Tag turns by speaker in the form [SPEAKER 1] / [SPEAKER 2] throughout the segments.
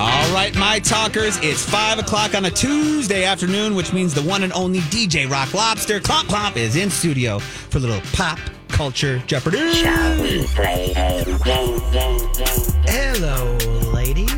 [SPEAKER 1] All right, my talkers, it's 5 o'clock on a Tuesday afternoon, which means the one and only DJ Rock Lobster, Clomp Clomp, is in studio for a little pop culture Jeopardy!
[SPEAKER 2] Shall we play a game, game, game?
[SPEAKER 3] Hello, ladies.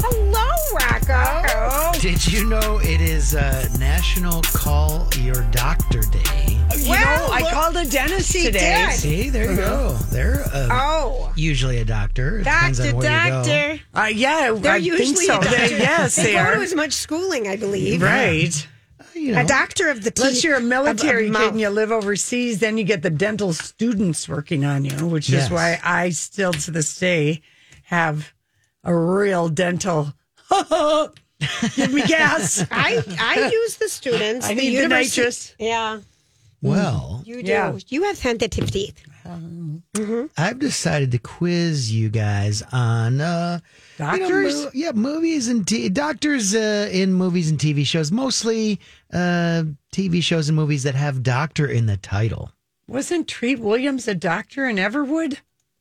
[SPEAKER 4] Hello, Rocco.
[SPEAKER 3] Did you know it is uh, National Call Your Doctor Day?
[SPEAKER 4] You well, know, I called a dentist today.
[SPEAKER 3] See, there you go. They're uh,
[SPEAKER 4] Uh-huh. Oh,
[SPEAKER 3] usually a doctor. It depends
[SPEAKER 4] doctor,
[SPEAKER 3] on where you go.
[SPEAKER 4] doctor.
[SPEAKER 5] Uh, yeah,
[SPEAKER 4] They're
[SPEAKER 5] I
[SPEAKER 4] usually
[SPEAKER 5] think so.
[SPEAKER 4] a doctor.
[SPEAKER 5] They- yes,
[SPEAKER 4] they
[SPEAKER 5] they
[SPEAKER 4] go
[SPEAKER 5] are.
[SPEAKER 4] to as much schooling, I believe.
[SPEAKER 5] Right.
[SPEAKER 3] You know,
[SPEAKER 4] A doctor of the teeth.
[SPEAKER 5] Unless you're a
[SPEAKER 4] of- of
[SPEAKER 5] military kid
[SPEAKER 4] mouth.
[SPEAKER 5] and you live overseas, then you get the dental students working on you, which
[SPEAKER 3] Yes.
[SPEAKER 5] is why I still to this day have a real dental. Give me gas.
[SPEAKER 4] I I use the students.
[SPEAKER 5] I
[SPEAKER 4] the
[SPEAKER 5] need the
[SPEAKER 4] university-
[SPEAKER 5] nitrous.
[SPEAKER 4] Yeah,
[SPEAKER 3] well,
[SPEAKER 4] you do.
[SPEAKER 5] Yeah.
[SPEAKER 4] You have sensitive teeth.
[SPEAKER 3] I've decided to quiz you guys on uh, you know,
[SPEAKER 5] Doctors?
[SPEAKER 3] mo- yeah, movies and t- doctors uh, in movies and TV shows, mostly uh, TV shows and movies that have doctor in the title.
[SPEAKER 5] Wasn't Treat Williams a doctor in Everwood?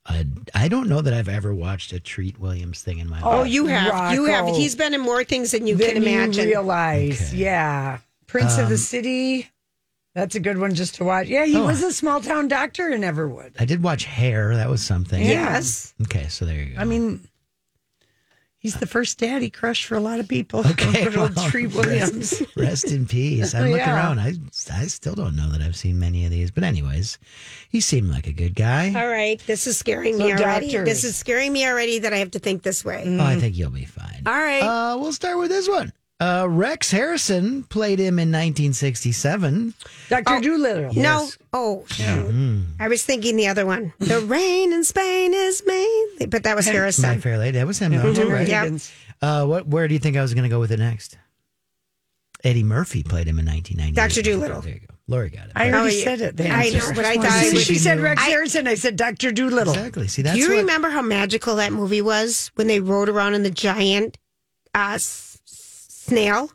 [SPEAKER 3] I, I don't know that I've ever watched a Treat Williams thing in my
[SPEAKER 4] Oh,
[SPEAKER 3] life.
[SPEAKER 4] you have. You have.
[SPEAKER 5] Rocco.
[SPEAKER 4] He's been in more things than you
[SPEAKER 5] Then
[SPEAKER 4] can imagine.
[SPEAKER 5] realize, yeah. Prince of the City. That's a good one just to watch. Yeah, he
[SPEAKER 3] Um, Oh.
[SPEAKER 5] was a small town doctor in Everwood.
[SPEAKER 3] I did watch Hair. That was something.
[SPEAKER 4] yes.
[SPEAKER 3] Okay, so there you go.
[SPEAKER 5] I mean, he's the first daddy crush for a lot of people.
[SPEAKER 3] Okay,
[SPEAKER 5] Good old
[SPEAKER 3] well,
[SPEAKER 5] Tree
[SPEAKER 3] rest-
[SPEAKER 5] Williams.
[SPEAKER 3] Rest in peace. I look
[SPEAKER 5] Yeah.
[SPEAKER 3] around. I I still don't know that I've seen many of these, but anyways, he seemed like a good guy.
[SPEAKER 4] All right. This is scaring
[SPEAKER 5] So
[SPEAKER 4] me already.
[SPEAKER 5] doctors. Mm.
[SPEAKER 4] This is scaring me already that I have to think this way.
[SPEAKER 3] Oh, I think you'll be fine.
[SPEAKER 4] All right.
[SPEAKER 3] Uh, we'll start with this one. Uh, Rex Harrison played him in 1967.
[SPEAKER 5] Dr. Doolittle.
[SPEAKER 4] Oh, No.
[SPEAKER 3] Yes.
[SPEAKER 4] Oh, shoot.
[SPEAKER 5] Mm.
[SPEAKER 4] I was thinking the other one. The rain in Spain is Maine. But that was
[SPEAKER 3] My
[SPEAKER 4] Harrison.
[SPEAKER 3] Fair Lady. That was him, though, too, Oh, right?
[SPEAKER 4] Yeah.
[SPEAKER 3] Uh, what? Where do you think I was going to go with it next? Eddie Murphy played him in 1998.
[SPEAKER 4] Dr. Doolittle.
[SPEAKER 3] There you go. Lori got it.
[SPEAKER 5] I
[SPEAKER 4] Oh,
[SPEAKER 5] already
[SPEAKER 4] you-
[SPEAKER 5] said it. the
[SPEAKER 4] I
[SPEAKER 5] answer.
[SPEAKER 4] know, but I
[SPEAKER 5] She
[SPEAKER 4] thought I
[SPEAKER 5] said-
[SPEAKER 4] would-
[SPEAKER 5] She said Rex
[SPEAKER 4] I-
[SPEAKER 5] Harrison. I said Dr. Doolittle.
[SPEAKER 3] exactly. See, that's
[SPEAKER 4] Do you
[SPEAKER 3] what-
[SPEAKER 4] remember how magical that movie was when they rode around in the giant uh, s- snail?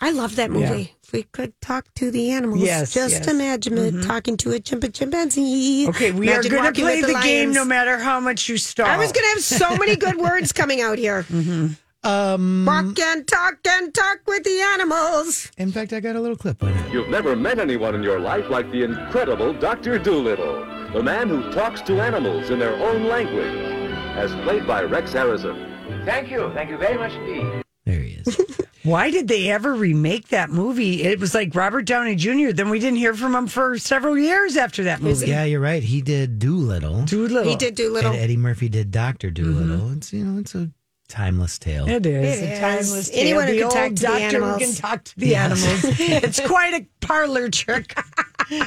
[SPEAKER 4] I love that movie. If we could talk to the animals,
[SPEAKER 5] Yes,
[SPEAKER 4] just
[SPEAKER 5] yes. Mm-hmm.
[SPEAKER 4] imagine it talking to a chimpa- chimpanzee.
[SPEAKER 5] Okay, we
[SPEAKER 4] Imagine
[SPEAKER 5] are going to
[SPEAKER 4] walking
[SPEAKER 5] play
[SPEAKER 4] with
[SPEAKER 5] the, game
[SPEAKER 4] lions.
[SPEAKER 5] no matter how much you stall.
[SPEAKER 4] I was going to have so many good words coming out here.
[SPEAKER 5] Mm-hmm.
[SPEAKER 3] Um,
[SPEAKER 4] Walk and talk and talk with the animals.
[SPEAKER 3] in fact, I got a little clip on it.
[SPEAKER 6] You've never met anyone in your life like the incredible Dr. Doolittle, the man who talks to animals in their own language, as played by Rex Harrison.
[SPEAKER 7] Thank you. Thank you very much indeed.
[SPEAKER 3] There he is.
[SPEAKER 5] Why did they ever remake that movie? It was like Robert Downey Jr. Then we didn't hear from him for several years after that movie.
[SPEAKER 3] yeah, you're right. He did Doolittle.
[SPEAKER 5] Doolittle.
[SPEAKER 4] He did do
[SPEAKER 3] and
[SPEAKER 4] little.
[SPEAKER 3] Eddie Murphy did Doctor
[SPEAKER 4] Mm-hmm.
[SPEAKER 3] Doolittle. It's you know, it's a timeless tale.
[SPEAKER 5] It is.
[SPEAKER 4] It
[SPEAKER 5] a
[SPEAKER 4] is.
[SPEAKER 5] timeless tale.
[SPEAKER 4] Anyone who
[SPEAKER 5] The
[SPEAKER 4] can talk
[SPEAKER 5] old
[SPEAKER 4] to the
[SPEAKER 5] doctor
[SPEAKER 4] animals.
[SPEAKER 5] who can talk to the
[SPEAKER 3] Yes.
[SPEAKER 5] animals. it's quite a parlor trick,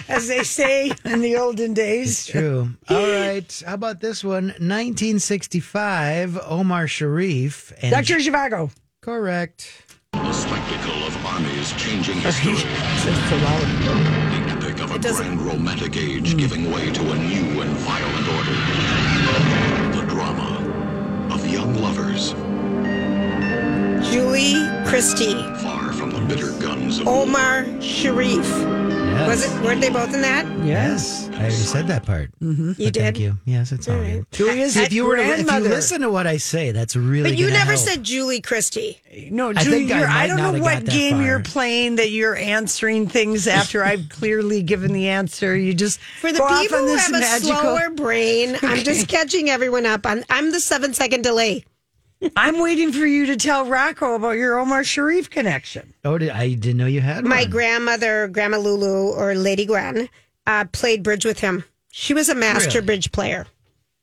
[SPEAKER 5] as they say in the olden
[SPEAKER 3] It's
[SPEAKER 5] days.
[SPEAKER 3] true. All right. How about this one? 1965, Omar Sharif and
[SPEAKER 5] Dr. Zhivago.
[SPEAKER 3] correct.
[SPEAKER 8] The spectacle of armies changing history. The epic of a grand romantic age giving way to a new and violent order. The drama of young lovers
[SPEAKER 4] Julie Christie,
[SPEAKER 8] far from the bitter guns of
[SPEAKER 4] Omar Sharif.
[SPEAKER 3] Yes.
[SPEAKER 4] Was it? Weren't they both in that?
[SPEAKER 3] Yes. I already said that part. Mm-hmm.
[SPEAKER 4] You did.
[SPEAKER 3] Thank you. Yes, it's all good.
[SPEAKER 5] Julia's
[SPEAKER 3] See, if you were to- if you
[SPEAKER 5] grandmother.
[SPEAKER 3] listen to what I say, that's really
[SPEAKER 4] But you
[SPEAKER 3] gonna
[SPEAKER 4] never
[SPEAKER 3] help.
[SPEAKER 4] said Julie Christie.
[SPEAKER 5] No,
[SPEAKER 3] I
[SPEAKER 5] Julie,
[SPEAKER 3] think I
[SPEAKER 5] you're- I,
[SPEAKER 3] might
[SPEAKER 5] don't
[SPEAKER 3] not
[SPEAKER 5] know
[SPEAKER 3] have
[SPEAKER 5] what
[SPEAKER 3] got that
[SPEAKER 5] game
[SPEAKER 3] far.
[SPEAKER 5] you're playing that you're answering things after I've clearly given the answer. You just
[SPEAKER 4] For the
[SPEAKER 5] go off
[SPEAKER 4] people
[SPEAKER 5] on
[SPEAKER 4] who
[SPEAKER 5] this
[SPEAKER 4] have a
[SPEAKER 5] magical.
[SPEAKER 4] slower brain, I'm just catching everyone up. On, I'm the seven second delay.
[SPEAKER 5] I'm waiting for you to tell Rocco about your Omar Sharif connection.
[SPEAKER 3] Oh, did, I didn't know you had
[SPEAKER 4] My
[SPEAKER 3] one.
[SPEAKER 4] grandmother, Grandma Lulu or Lady Gwen, uh, played bridge with him. She was a master
[SPEAKER 3] Really? Mm.
[SPEAKER 4] bridge player.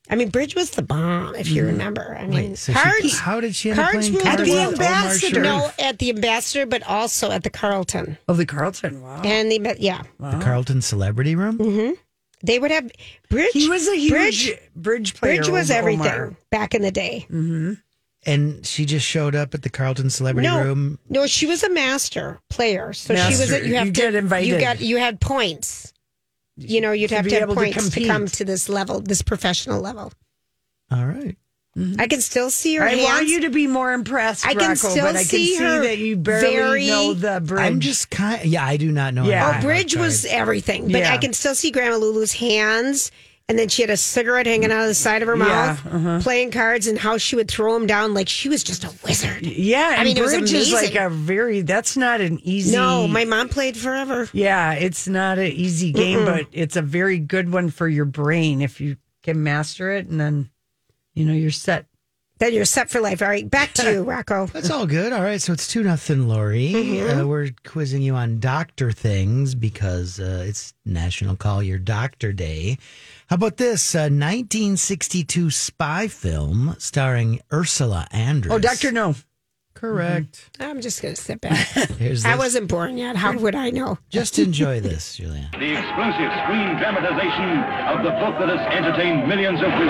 [SPEAKER 4] I mean, bridge was the bomb, if you remember. I mean,
[SPEAKER 3] Wait, so she-
[SPEAKER 4] cards.
[SPEAKER 3] how did she end up
[SPEAKER 4] Cards
[SPEAKER 3] playing
[SPEAKER 4] ruled
[SPEAKER 3] cards
[SPEAKER 4] the
[SPEAKER 3] with
[SPEAKER 4] world.
[SPEAKER 3] Omar Sharif?
[SPEAKER 4] No, at the ambassador, but also at the Carlton.
[SPEAKER 5] Oh, the Carlton. Wow.
[SPEAKER 4] And the yeah,
[SPEAKER 3] The Carlton Celebrity Room?
[SPEAKER 4] Mm-hmm. they would have bridge.
[SPEAKER 5] He was a huge
[SPEAKER 4] bridge.
[SPEAKER 5] bridge, player.
[SPEAKER 4] Bridge was
[SPEAKER 5] Omar.
[SPEAKER 4] everything back in the day.
[SPEAKER 3] And she just showed up at the Carlton Celebrity
[SPEAKER 4] No.
[SPEAKER 3] Room.
[SPEAKER 4] No, she was a master player. So she was.
[SPEAKER 5] Master.
[SPEAKER 4] A, you have
[SPEAKER 5] You
[SPEAKER 4] to
[SPEAKER 5] get invited.
[SPEAKER 4] You got. You had points. You know, you'd
[SPEAKER 5] To
[SPEAKER 4] have
[SPEAKER 5] be
[SPEAKER 4] to have
[SPEAKER 5] able to
[SPEAKER 4] points to,
[SPEAKER 5] compete.
[SPEAKER 4] come to this level, this professional level.
[SPEAKER 3] All right.
[SPEAKER 4] I can still see her
[SPEAKER 5] Mm-hmm. I
[SPEAKER 4] hands.
[SPEAKER 5] want you to be more impressed,
[SPEAKER 4] I can
[SPEAKER 5] Rocco,
[SPEAKER 4] still
[SPEAKER 5] but I can
[SPEAKER 4] see
[SPEAKER 5] see,
[SPEAKER 4] her
[SPEAKER 5] that you barely
[SPEAKER 4] very-
[SPEAKER 5] know the bridge.
[SPEAKER 3] I'm just kind yeah, I do not know.
[SPEAKER 5] Yeah.
[SPEAKER 3] anything
[SPEAKER 5] Oh,
[SPEAKER 3] about
[SPEAKER 4] Bridge was
[SPEAKER 3] cards.
[SPEAKER 4] everything, but
[SPEAKER 5] Yeah.
[SPEAKER 4] I can still see Grandma Lulu's hands. And then she had a cigarette hanging out of the side of her mouth,
[SPEAKER 5] uh-huh.
[SPEAKER 4] playing cards, and how she would throw them down like she was just a wizard.
[SPEAKER 5] yeah, and
[SPEAKER 4] I mean, it was
[SPEAKER 5] bridge is like
[SPEAKER 4] amazing.
[SPEAKER 5] a very that's not an easy.
[SPEAKER 4] No, my mom played forever.
[SPEAKER 5] Yeah, it's not an easy game, but it's a very good one for your brain if you can master it, and then you know you're set.
[SPEAKER 4] Then you're set for life. All right, back to you, Rocco.
[SPEAKER 3] That's all good. All right, so it's two nothing, Lori.
[SPEAKER 5] Mm-hmm.
[SPEAKER 3] Uh, we're quizzing you on doctor things because uh, it's National Call Your Doctor Day. How about this uh, 1962 spy film starring Ursula Andress?
[SPEAKER 5] Oh, Doctor No,
[SPEAKER 3] correct.
[SPEAKER 4] I'm just going to sit back.
[SPEAKER 3] Here's
[SPEAKER 4] I
[SPEAKER 3] this.
[SPEAKER 4] wasn't born yet. How would I know?
[SPEAKER 3] Just enjoy this, Julian.
[SPEAKER 8] The exclusive screen dramatization of the book that has entertained millions of viewers.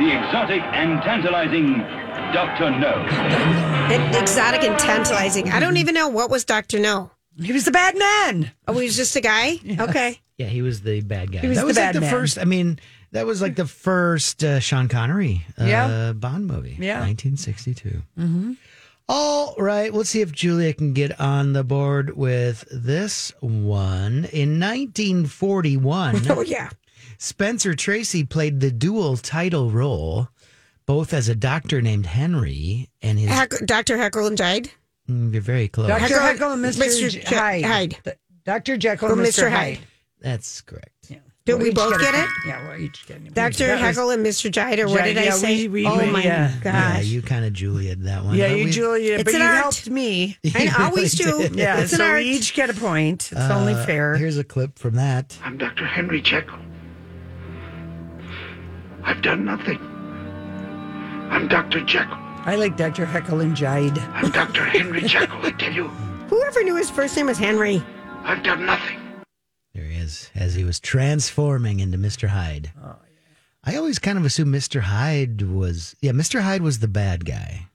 [SPEAKER 8] The exotic and tantalizing Dr. No.
[SPEAKER 4] And exotic and tantalizing. I don't even know what was Doctor No.
[SPEAKER 5] he was the bad man.
[SPEAKER 4] Oh, he was just a guy. Okay,
[SPEAKER 3] Yeah, he was the bad guy.
[SPEAKER 5] was
[SPEAKER 3] that
[SPEAKER 5] the
[SPEAKER 3] was like
[SPEAKER 5] bad
[SPEAKER 3] the
[SPEAKER 5] man.
[SPEAKER 3] first. I mean, that was like the first uh, Sean Connery uh,
[SPEAKER 5] Yeah.
[SPEAKER 3] Bond movie.
[SPEAKER 5] Yeah.
[SPEAKER 3] 1962. Mm-hmm. All right, let's see if Julia can get on the board with this one. In 1941,
[SPEAKER 4] oh yeah.
[SPEAKER 3] Spencer Tracy played the dual title role, both as a doctor named Henry and his.
[SPEAKER 4] Heck, Doctor Heckle and Hyde.
[SPEAKER 3] Mm, you're very close.
[SPEAKER 5] Doctor
[SPEAKER 4] Jekyll-
[SPEAKER 5] Jekyll and Mister
[SPEAKER 4] Mr. Je-
[SPEAKER 5] Hyde.
[SPEAKER 4] Hyde.
[SPEAKER 5] Doctor Jekyll
[SPEAKER 4] Or
[SPEAKER 5] and
[SPEAKER 4] Mr.
[SPEAKER 5] Mister
[SPEAKER 4] Hyde.
[SPEAKER 5] Hyde.
[SPEAKER 3] That's correct.
[SPEAKER 4] Did
[SPEAKER 5] We'll
[SPEAKER 4] we
[SPEAKER 5] each
[SPEAKER 4] both
[SPEAKER 5] a
[SPEAKER 4] get it?
[SPEAKER 5] point. Yeah, we're each getting a point.
[SPEAKER 4] Doctor
[SPEAKER 5] That was-
[SPEAKER 4] Heckle and Mr. Jide, or what
[SPEAKER 5] Yeah,
[SPEAKER 4] did I
[SPEAKER 5] yeah,
[SPEAKER 4] say?
[SPEAKER 5] we- we-
[SPEAKER 4] oh
[SPEAKER 5] we-
[SPEAKER 4] my
[SPEAKER 5] yeah.
[SPEAKER 3] Yeah,
[SPEAKER 4] gosh!
[SPEAKER 3] you kind of Julia'd that one.
[SPEAKER 5] Yeah,
[SPEAKER 3] but
[SPEAKER 5] you,
[SPEAKER 3] we-
[SPEAKER 5] Julia,
[SPEAKER 4] It's
[SPEAKER 5] but
[SPEAKER 4] an
[SPEAKER 5] you
[SPEAKER 4] art.
[SPEAKER 5] helped me.
[SPEAKER 4] I always do.
[SPEAKER 5] Yeah,
[SPEAKER 4] it's
[SPEAKER 5] so
[SPEAKER 4] an art.
[SPEAKER 5] we each get a point. It's only
[SPEAKER 3] Uh,
[SPEAKER 5] fair.
[SPEAKER 3] Here's a clip from that.
[SPEAKER 8] I'm Dr. Henry Jekyll. I've done nothing. I'm Dr. Jekyll.
[SPEAKER 5] I like Dr. Heckle and Jide.
[SPEAKER 8] I'm Dr. Henry Jekyll, I tell you.
[SPEAKER 4] Whoever knew his first name was Henry.
[SPEAKER 8] I've done nothing.
[SPEAKER 3] There he is, as he was transforming into Mr. Hyde. I always kind of assumed Mr. Hyde was, yeah, Mr. Hyde was the bad guy,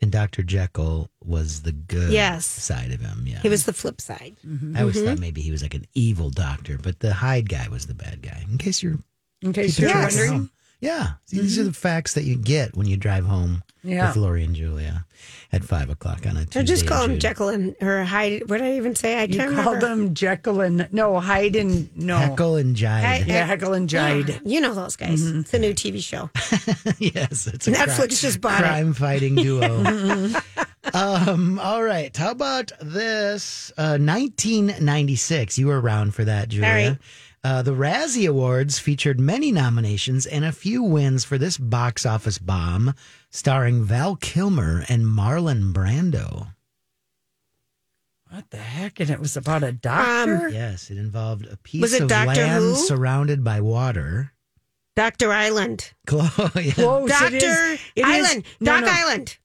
[SPEAKER 3] and Dr. Jekyll was the good
[SPEAKER 4] Yes.
[SPEAKER 3] side of him. Yeah,
[SPEAKER 4] He was the flip side.
[SPEAKER 3] I always thought maybe he was like an evil doctor, but the Hyde guy was the bad guy. In case you're
[SPEAKER 5] In case
[SPEAKER 3] keeping
[SPEAKER 5] you're
[SPEAKER 3] track at
[SPEAKER 5] wondering.
[SPEAKER 3] home. Yeah, See, these are the facts that you get when you drive home
[SPEAKER 5] Yeah.
[SPEAKER 3] with Lori and Julia at five o'clock on a Tuesday.
[SPEAKER 4] So just call
[SPEAKER 3] in
[SPEAKER 4] him
[SPEAKER 3] June.
[SPEAKER 4] Jekyll and or Hyde. What did I even say? I
[SPEAKER 5] You
[SPEAKER 4] can't
[SPEAKER 5] call
[SPEAKER 4] remember.
[SPEAKER 5] them Jekyll and no Hyde and no.
[SPEAKER 3] Heckle and Jide.
[SPEAKER 5] Yeah, Heckle and Jide. Mm-hmm.
[SPEAKER 4] You know those guys. It's a new TV show.
[SPEAKER 3] yes, it's a
[SPEAKER 4] Netflix
[SPEAKER 3] crime,
[SPEAKER 4] just bought it. Mm-hmm.
[SPEAKER 3] crime fighting duo. um, all right, how about this? Uh, 1996. You were around for that, Julia.
[SPEAKER 4] right.
[SPEAKER 3] Uh, the Razzie Awards featured many nominations and a few wins for this box office bomb, starring Val Kilmer and Marlon Brando.
[SPEAKER 5] What the heck? And it was about a doctor?
[SPEAKER 3] Yes, it involved a piece
[SPEAKER 4] Was it
[SPEAKER 3] of
[SPEAKER 4] Doctor
[SPEAKER 3] land
[SPEAKER 4] Who?
[SPEAKER 3] surrounded by water.
[SPEAKER 4] Doctor Island.
[SPEAKER 3] Clo- yeah.
[SPEAKER 5] Close. Oh, It
[SPEAKER 4] Doctor
[SPEAKER 5] is- it is-
[SPEAKER 4] Island.
[SPEAKER 5] no,
[SPEAKER 4] Doc
[SPEAKER 5] no,
[SPEAKER 4] Island.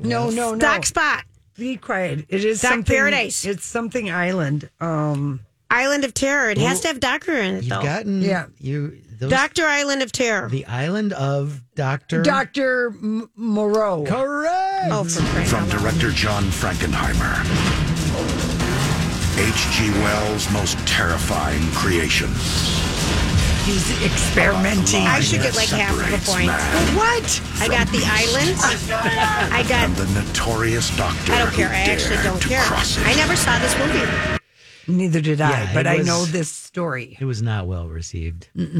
[SPEAKER 5] No, no, no.
[SPEAKER 4] Doc Spot.
[SPEAKER 5] Be quiet. It is
[SPEAKER 4] Doc
[SPEAKER 5] something.
[SPEAKER 4] Paradise.
[SPEAKER 5] It's something island. Um,
[SPEAKER 4] Island of Terror. It has to have Doctor in it
[SPEAKER 3] You've
[SPEAKER 4] though.
[SPEAKER 3] gotten
[SPEAKER 5] Yeah.
[SPEAKER 3] you those,
[SPEAKER 4] Doctor Island of Terror.
[SPEAKER 3] the island of Doctor
[SPEAKER 5] Doctor M- Moreau.
[SPEAKER 3] Correct.
[SPEAKER 4] oh, for crying
[SPEAKER 8] From
[SPEAKER 4] out loud.
[SPEAKER 8] director John Frankenheimer. H.G. Wells' most terrifying creation.
[SPEAKER 5] He's experimenting.
[SPEAKER 4] I should get like half of a point.
[SPEAKER 5] What?
[SPEAKER 4] I got the island. I got.
[SPEAKER 8] And the notorious doctor
[SPEAKER 4] I don't care. I
[SPEAKER 8] who dared
[SPEAKER 4] actually don't
[SPEAKER 8] to
[SPEAKER 4] care.
[SPEAKER 8] cross it.
[SPEAKER 4] I never saw this movie.
[SPEAKER 5] Neither did
[SPEAKER 3] Yeah,
[SPEAKER 5] I, but
[SPEAKER 3] it
[SPEAKER 5] I
[SPEAKER 3] was-
[SPEAKER 5] know this story.
[SPEAKER 3] It was not well received.
[SPEAKER 5] but
[SPEAKER 3] Um,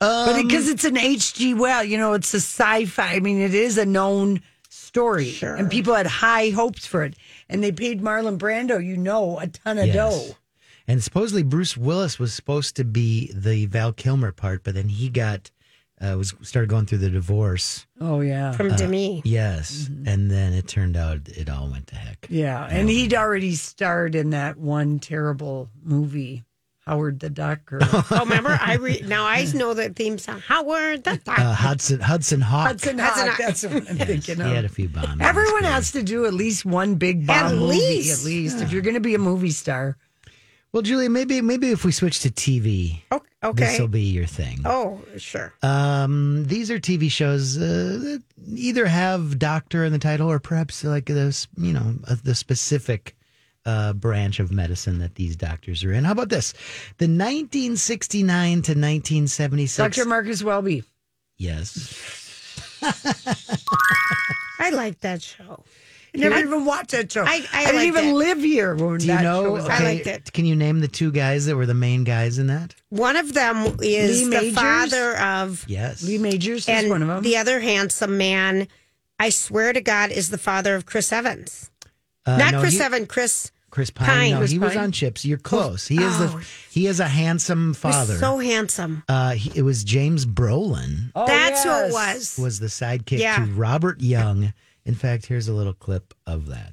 [SPEAKER 5] because it's an H.G. Well, you know, it's a sci-fi. I mean, it is a known story, and people had high hopes for it, and they paid Marlon Brando, you know, a ton of
[SPEAKER 3] Yes.
[SPEAKER 5] dough.
[SPEAKER 3] And supposedly Bruce Willis was supposed to be the Val Kilmer part, but then he got uh, was started going through the divorce.
[SPEAKER 5] Oh yeah.
[SPEAKER 4] From Demi.
[SPEAKER 3] Yes, and then it turned out it all went to heck.
[SPEAKER 5] Yeah, and he'd already starred in that one terrible movie, Howard the Duck. Or
[SPEAKER 4] Oh, remember? I re- now I know the theme song. Howard the Duck.
[SPEAKER 3] Uh, Hudson Hudson Hawk.
[SPEAKER 5] Hudson
[SPEAKER 4] Hudson
[SPEAKER 5] Hawk.
[SPEAKER 4] Hawk.
[SPEAKER 5] That's what I'm
[SPEAKER 3] Yes,
[SPEAKER 5] thinking
[SPEAKER 3] He had
[SPEAKER 5] of.
[SPEAKER 3] a few bombs.
[SPEAKER 5] Everyone has to do at least one big bomb
[SPEAKER 4] At
[SPEAKER 5] movie,
[SPEAKER 4] least.
[SPEAKER 5] at least if you're going to be a movie star.
[SPEAKER 3] Well, Julia, maybe maybe if we switch to TV,
[SPEAKER 4] Oh,
[SPEAKER 3] this will
[SPEAKER 4] okay.
[SPEAKER 3] be your thing.
[SPEAKER 4] Oh, sure.
[SPEAKER 3] Um, these are TV shows uh, that either have doctor in the title or perhaps like this, you know, uh, the specific uh, branch of medicine that these doctors are in. How about this? The 1969 to 1976.
[SPEAKER 5] Dr. Marcus Welby.
[SPEAKER 3] yes.
[SPEAKER 4] I like that show.
[SPEAKER 5] I never even watched that show.
[SPEAKER 4] I- I
[SPEAKER 5] didn't
[SPEAKER 4] liked
[SPEAKER 5] even
[SPEAKER 4] it.
[SPEAKER 5] live here when
[SPEAKER 3] Do
[SPEAKER 5] that
[SPEAKER 3] you
[SPEAKER 5] show
[SPEAKER 3] know?
[SPEAKER 5] was
[SPEAKER 4] I
[SPEAKER 5] on.
[SPEAKER 4] liked it.
[SPEAKER 3] Can you name the two guys that were the main guys in that?
[SPEAKER 4] One of them
[SPEAKER 5] Lee
[SPEAKER 4] is the
[SPEAKER 5] Majors?
[SPEAKER 4] father of,
[SPEAKER 3] Yes.
[SPEAKER 5] Lee Majors is
[SPEAKER 4] and
[SPEAKER 5] one of them.
[SPEAKER 4] the other handsome man, I swear to God, is the father of Chris Evans.
[SPEAKER 3] Uh,
[SPEAKER 4] Not
[SPEAKER 3] no,
[SPEAKER 4] Chris
[SPEAKER 3] he-
[SPEAKER 4] Evans, Chris.
[SPEAKER 3] Chris Pine.
[SPEAKER 4] Pine.
[SPEAKER 3] No,
[SPEAKER 4] Chris
[SPEAKER 3] he was
[SPEAKER 5] Pine?
[SPEAKER 3] on Chips. You're close. He is
[SPEAKER 4] Oh.
[SPEAKER 3] the he is a handsome father.
[SPEAKER 4] He's so handsome.
[SPEAKER 3] uh, he, it was James Brolin
[SPEAKER 5] Oh,
[SPEAKER 4] That's who
[SPEAKER 5] yes.
[SPEAKER 4] it was.
[SPEAKER 3] was the sidekick
[SPEAKER 4] Yeah.
[SPEAKER 3] to Robert Young. In fact, here's a little clip of that.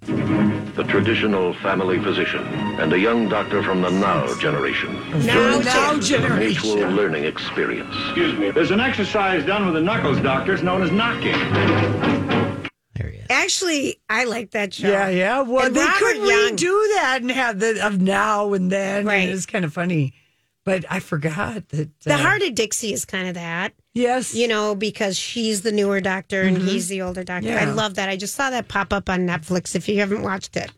[SPEAKER 8] The traditional family physician and a young doctor from the now generation.
[SPEAKER 4] Now,
[SPEAKER 5] Now
[SPEAKER 4] Jen.
[SPEAKER 8] An
[SPEAKER 5] generation.
[SPEAKER 8] Mutual learning experience.
[SPEAKER 7] Excuse me. There's an exercise done with the knuckles, doctor. It's known as knocking.
[SPEAKER 3] There he is.
[SPEAKER 4] Actually, I like that show.
[SPEAKER 5] Yeah, yeah. Well,
[SPEAKER 4] And
[SPEAKER 5] they
[SPEAKER 4] Robert
[SPEAKER 5] could
[SPEAKER 4] Young.
[SPEAKER 5] redo that and have the of now and then.
[SPEAKER 4] Right.
[SPEAKER 5] Right. It's kind of funny, but I forgot that uh,
[SPEAKER 4] The Heart of Dixie is kind of that,
[SPEAKER 5] Yes,
[SPEAKER 4] you know, because she's the newer doctor and he's the older doctor. I
[SPEAKER 5] Mm-hmm. Yeah.
[SPEAKER 4] love that. I just saw that pop up on Netflix. If you haven't watched it,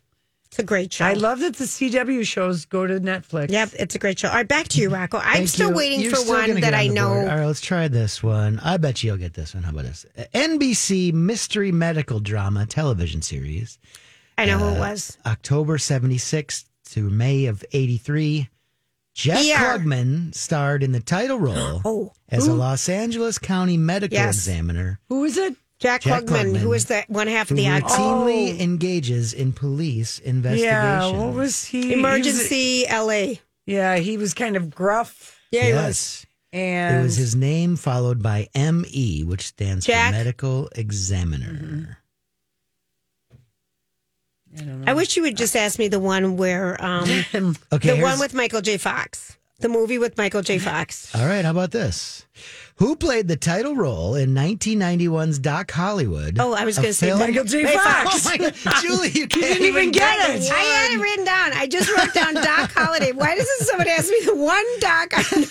[SPEAKER 4] it's a great show.
[SPEAKER 5] I love that the CW shows go to Netflix.
[SPEAKER 4] Yep, it's a great show. All right, back to you, Rocco. I'm
[SPEAKER 3] Mm-hmm. Thank
[SPEAKER 4] still
[SPEAKER 3] you.
[SPEAKER 4] waiting
[SPEAKER 3] You're
[SPEAKER 4] for
[SPEAKER 3] still
[SPEAKER 4] one
[SPEAKER 3] gonna
[SPEAKER 4] that
[SPEAKER 3] get on
[SPEAKER 4] I
[SPEAKER 3] the
[SPEAKER 4] know.
[SPEAKER 3] board. All right, let's try this one. I bet you'll get this one. How about this? NBC mystery medical drama television series,
[SPEAKER 4] I know
[SPEAKER 3] Uh,
[SPEAKER 4] who it was.
[SPEAKER 3] October 76 to May of 83. Jeff
[SPEAKER 4] ER.
[SPEAKER 3] Klugman starred in the title role
[SPEAKER 4] Oh.
[SPEAKER 3] as a Los Angeles County medical
[SPEAKER 4] Yes.
[SPEAKER 3] examiner
[SPEAKER 5] Who is it?
[SPEAKER 4] Jack,
[SPEAKER 3] Jack
[SPEAKER 4] Klugman,
[SPEAKER 3] Klugman.
[SPEAKER 4] who is the one half
[SPEAKER 3] who
[SPEAKER 4] of the Oh. Odd Couple.
[SPEAKER 3] routinely engages in police investigations.
[SPEAKER 5] Yeah. What was he? He was-
[SPEAKER 4] Emergency LA.
[SPEAKER 5] yeah, he was kind of gruff,
[SPEAKER 4] Yeah, he was.
[SPEAKER 3] yes.
[SPEAKER 5] and
[SPEAKER 3] It was his name followed by ME, which stands
[SPEAKER 4] Jack? Mm-hmm.
[SPEAKER 3] for Medical Examiner.
[SPEAKER 4] I wish you would just ask me the one where um,
[SPEAKER 3] Okay.
[SPEAKER 4] the one
[SPEAKER 3] here's-
[SPEAKER 4] with Michael J. Fox. The movie with Michael J. Fox.
[SPEAKER 3] all right, how about this? Who played the title role in 1991's Doc Hollywood?
[SPEAKER 4] Oh, I was
[SPEAKER 3] a
[SPEAKER 4] gonna say
[SPEAKER 3] film-
[SPEAKER 4] Michael
[SPEAKER 5] J.
[SPEAKER 3] Hey,
[SPEAKER 5] Fox.
[SPEAKER 3] Oh my God. Julie, you can't
[SPEAKER 5] didn't even get it.
[SPEAKER 4] I had it written down. I just wrote down Doc Holiday. Why doesn't somebody ask me the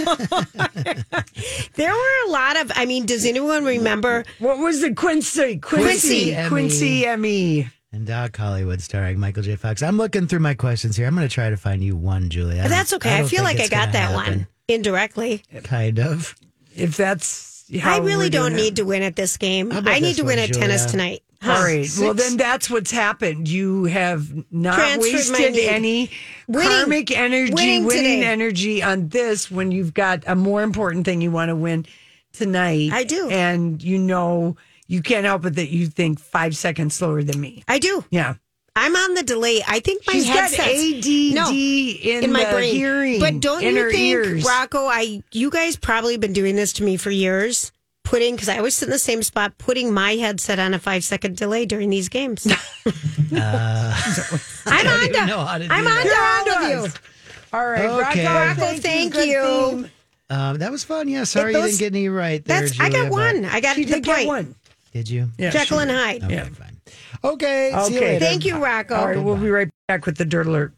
[SPEAKER 4] one Doc I know? there were a lot of, I mean, does anyone remember?
[SPEAKER 5] What was the Quincy?
[SPEAKER 4] Quincy
[SPEAKER 5] Quincy. E.
[SPEAKER 3] Emmy.
[SPEAKER 5] Quincy Emmy.
[SPEAKER 3] And Doc Hollywood starring Michael J. Fox. I'm looking through my questions here. I'm going to try to find you one, Julie. I
[SPEAKER 4] That's
[SPEAKER 3] don't-
[SPEAKER 4] okay. I,
[SPEAKER 3] don't
[SPEAKER 4] feel
[SPEAKER 3] think
[SPEAKER 4] like I
[SPEAKER 3] it's
[SPEAKER 4] got
[SPEAKER 3] gonna
[SPEAKER 4] that
[SPEAKER 3] happen.
[SPEAKER 4] one indirectly.
[SPEAKER 3] Kind of.
[SPEAKER 5] If that's how
[SPEAKER 4] I
[SPEAKER 5] we're
[SPEAKER 4] really
[SPEAKER 5] doing
[SPEAKER 4] don't
[SPEAKER 5] it.
[SPEAKER 4] need to win at this game.
[SPEAKER 3] about
[SPEAKER 4] I
[SPEAKER 3] this
[SPEAKER 4] need to win
[SPEAKER 3] one,
[SPEAKER 4] at
[SPEAKER 3] Julia?
[SPEAKER 4] tennis tonight.
[SPEAKER 5] All right.
[SPEAKER 3] Six.
[SPEAKER 5] Well, then that's what's happened. You have not
[SPEAKER 4] Transferred my
[SPEAKER 5] wasted
[SPEAKER 4] need.
[SPEAKER 5] any
[SPEAKER 4] Winning-
[SPEAKER 5] karmic energy,
[SPEAKER 4] winning
[SPEAKER 5] winning,
[SPEAKER 4] today.
[SPEAKER 5] energy on this when you've got a more important thing you want to win tonight.
[SPEAKER 4] I do.
[SPEAKER 5] And you know, you can't help it that you think five seconds slower than me.
[SPEAKER 4] I do.
[SPEAKER 5] Yeah.
[SPEAKER 4] I'm on the delay. I think my
[SPEAKER 5] She's got
[SPEAKER 4] headset
[SPEAKER 5] ADD in,
[SPEAKER 4] in my
[SPEAKER 5] the
[SPEAKER 4] brain.
[SPEAKER 5] hearing.
[SPEAKER 4] but don't
[SPEAKER 5] in
[SPEAKER 4] you
[SPEAKER 5] her
[SPEAKER 4] think,
[SPEAKER 5] ears.
[SPEAKER 4] Rocco? I you guys probably been doing this to me for years. Putting because I always sit in the same spot, putting my headset on a five second delay during these games. I'm on to,
[SPEAKER 3] even know how to do
[SPEAKER 4] I'm on
[SPEAKER 3] that.
[SPEAKER 4] to all
[SPEAKER 5] You're on
[SPEAKER 4] of you.
[SPEAKER 5] to All right.
[SPEAKER 3] Okay.
[SPEAKER 5] Rocco,
[SPEAKER 3] Rocco,
[SPEAKER 4] thank
[SPEAKER 5] Good
[SPEAKER 4] you.
[SPEAKER 5] theme.
[SPEAKER 3] Um, that was fun. Yeah, sorry
[SPEAKER 4] those-
[SPEAKER 3] you didn't get any right there,
[SPEAKER 4] That's I
[SPEAKER 3] Julia,
[SPEAKER 4] got
[SPEAKER 3] but-
[SPEAKER 4] one. I got
[SPEAKER 5] She
[SPEAKER 4] the
[SPEAKER 5] did get
[SPEAKER 4] point.
[SPEAKER 5] one.
[SPEAKER 3] Did you?
[SPEAKER 5] Yeah.
[SPEAKER 4] Jekyll and Hyde.
[SPEAKER 3] Okay, fine. Okay, see you
[SPEAKER 5] Okay.
[SPEAKER 3] later.
[SPEAKER 4] Thank you, Rocco.
[SPEAKER 5] All right. We'll be right back with the dirt alert.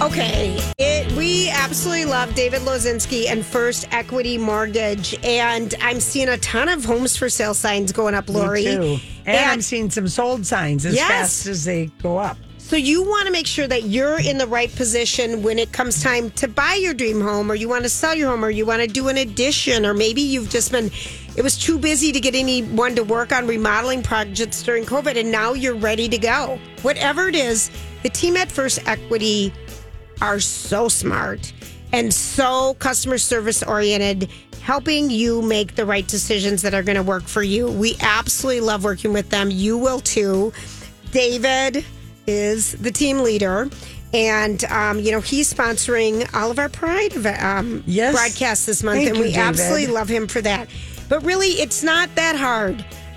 [SPEAKER 4] Okay. It, we absolutely love David Lozinski and First Equity Mortgage. And I'm seeing a ton of homes for sale signs going up, Lori.
[SPEAKER 5] Me too. And, I'm
[SPEAKER 4] And
[SPEAKER 5] seeing some sold signs as
[SPEAKER 4] Yes.
[SPEAKER 5] fast as they go up.
[SPEAKER 4] so you want to make sure that you're in the right position when it comes time to buy your dream home, or you want to sell your home, or you want to do an addition, or maybe you've just been, it was too busy to get anyone to work on remodeling projects during COVID, and now you're ready to go. Whatever it is, the team at First Equity are so smart and so customer service oriented, helping you make the right decisions that are going to work for you. We absolutely love working with them. You will too. David is the team leader. And, um, you know, he's sponsoring all of our Pride um,
[SPEAKER 5] Yes.
[SPEAKER 4] broadcasts this month,
[SPEAKER 5] Thank
[SPEAKER 4] and
[SPEAKER 5] you,
[SPEAKER 4] we
[SPEAKER 5] David.
[SPEAKER 4] absolutely love him for that. But really, it's not that hard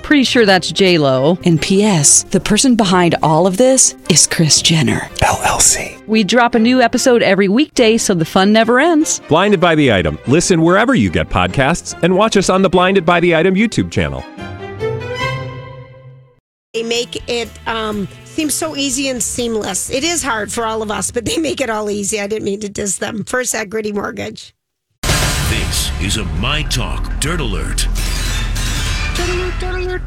[SPEAKER 9] Pretty sure that's J Lo. And P.S. The person behind all of this is Chris Jenner LLC. We drop a new episode every weekday, so the fun never ends.
[SPEAKER 10] Blinded by the Item. Listen wherever you get podcasts, and watch us on the Blinded by the Item YouTube channel.
[SPEAKER 4] they make it um, seem so easy and seamless. It is hard for all of us, but they make it all easy. I didn't mean to diss them. First, that gritty mortgage.
[SPEAKER 11] This is a My Talk Dirt Alert.
[SPEAKER 5] All right,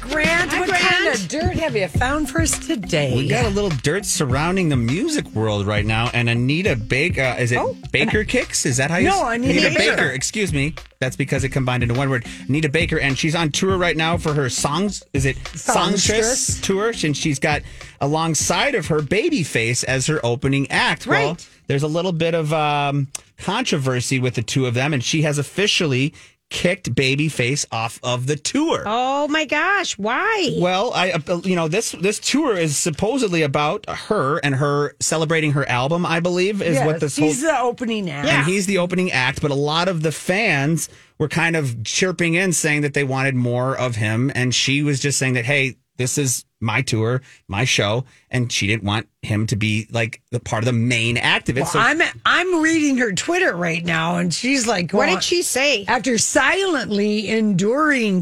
[SPEAKER 5] Grant, what kind of dirt have you found for us today?
[SPEAKER 1] We got a little dirt surrounding the music world right now, and Anita Baker uh, is it Baker Kicks? Is that how you?
[SPEAKER 5] Oh, No, Anita Baker.
[SPEAKER 1] Excuse me. That's because it combined into one word. Anita Baker, and she's on tour right now for her songs. Is it
[SPEAKER 5] Songstress.
[SPEAKER 1] Songstress tour? And she's got alongside of her Babyface as her opening act. Well,
[SPEAKER 5] Right.
[SPEAKER 1] there's a little bit of um, controversy with the two of them, and she has officially kicked Babyface off of the tour.
[SPEAKER 4] Oh my gosh, why?
[SPEAKER 1] Well, I uh, you know this this tour is supposedly about her and her celebrating her album. I believe is
[SPEAKER 5] yes,
[SPEAKER 1] what this
[SPEAKER 5] he's
[SPEAKER 1] whole
[SPEAKER 5] the opening act.
[SPEAKER 1] and he's the opening act. But a lot of the fans were kind of chirping in, saying that they wanted more of him, and she was just saying that hey, this is my tour, my show, and she didn't want him to be like the part of the main act of it.
[SPEAKER 5] Well, I'm I'm reading her Twitter right now, and she's like,
[SPEAKER 4] What
[SPEAKER 5] going-
[SPEAKER 4] did she say?
[SPEAKER 5] After silently enduring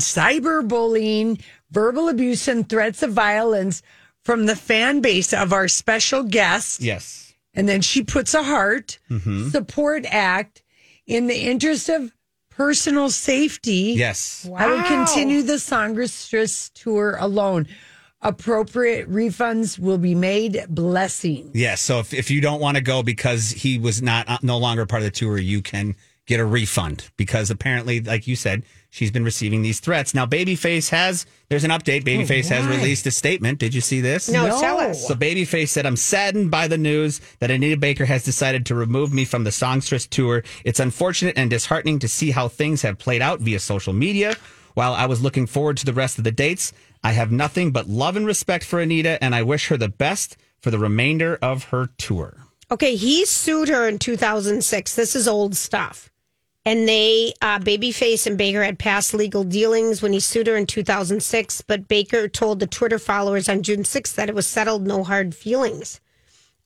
[SPEAKER 5] cyberbullying, verbal abuse, and threats of violence from the fan base of our special guest,
[SPEAKER 1] yes.
[SPEAKER 5] and then she puts a heart
[SPEAKER 1] Mhm.
[SPEAKER 5] support act in the interest of personal safety.
[SPEAKER 1] Yes.
[SPEAKER 5] I would
[SPEAKER 4] Wow.
[SPEAKER 5] continue the Songstress tour alone. Appropriate refunds will be made. Blessing.
[SPEAKER 1] Yes. So if, if you don't want to go because he was not uh, no longer part of the tour, you can get a refund because apparently, like you said, she's been receiving these threats. Now, Babyface has there's an update. Babyface has
[SPEAKER 5] why?
[SPEAKER 1] released a statement. Did you see this?
[SPEAKER 4] No, tell us.
[SPEAKER 1] So Babyface said, I'm saddened by the news that Anita Baker has decided to remove me from the Songstress tour. It's unfortunate and disheartening to see how things have played out via social media. While I was looking forward to the rest of the dates, I have nothing but love and respect for Anita, and I wish her the best for the remainder of her tour.
[SPEAKER 4] Okay, he sued her in 2006. This is old stuff. And they, uh, Babyface and Baker had past legal dealings when he sued her in 2006. But Baker told the Twitter followers on June 6th that it was settled, no hard feelings.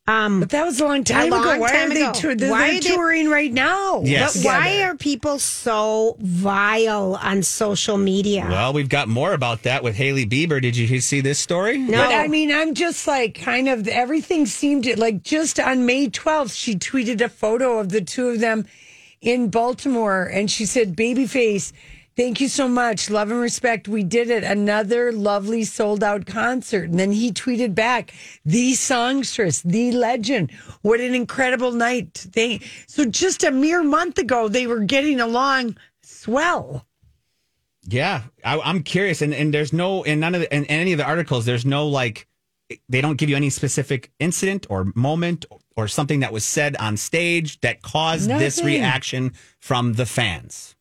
[SPEAKER 4] Um,
[SPEAKER 5] But that was a long Hmm. time ago.
[SPEAKER 4] long
[SPEAKER 5] Why
[SPEAKER 4] time
[SPEAKER 5] are they
[SPEAKER 4] ago.
[SPEAKER 5] tour- they're,
[SPEAKER 4] Why
[SPEAKER 5] they're
[SPEAKER 4] are they-
[SPEAKER 5] touring right now?
[SPEAKER 1] Yes.
[SPEAKER 4] but why are people so vile on social media?
[SPEAKER 1] Well, we've got more about that with Haley Bieber. Did you see this story?
[SPEAKER 4] no,
[SPEAKER 5] But I mean, I'm just like kind of everything seemed like just on May 12th, she tweeted a photo of the two of them in Baltimore and she said, Babyface, thank you so much. Love and respect. We did it. Another lovely sold out concert. And then he tweeted back, the songstress, the legend. What an incredible night. They, so just a mere month ago, they were getting along swell.
[SPEAKER 1] Yeah, I, I'm curious, and and there's no in none of the, in any of the articles, there's no like they don't give you any specific incident or moment or something that was said on stage that caused this
[SPEAKER 5] Nothing.
[SPEAKER 1] reaction from the fans.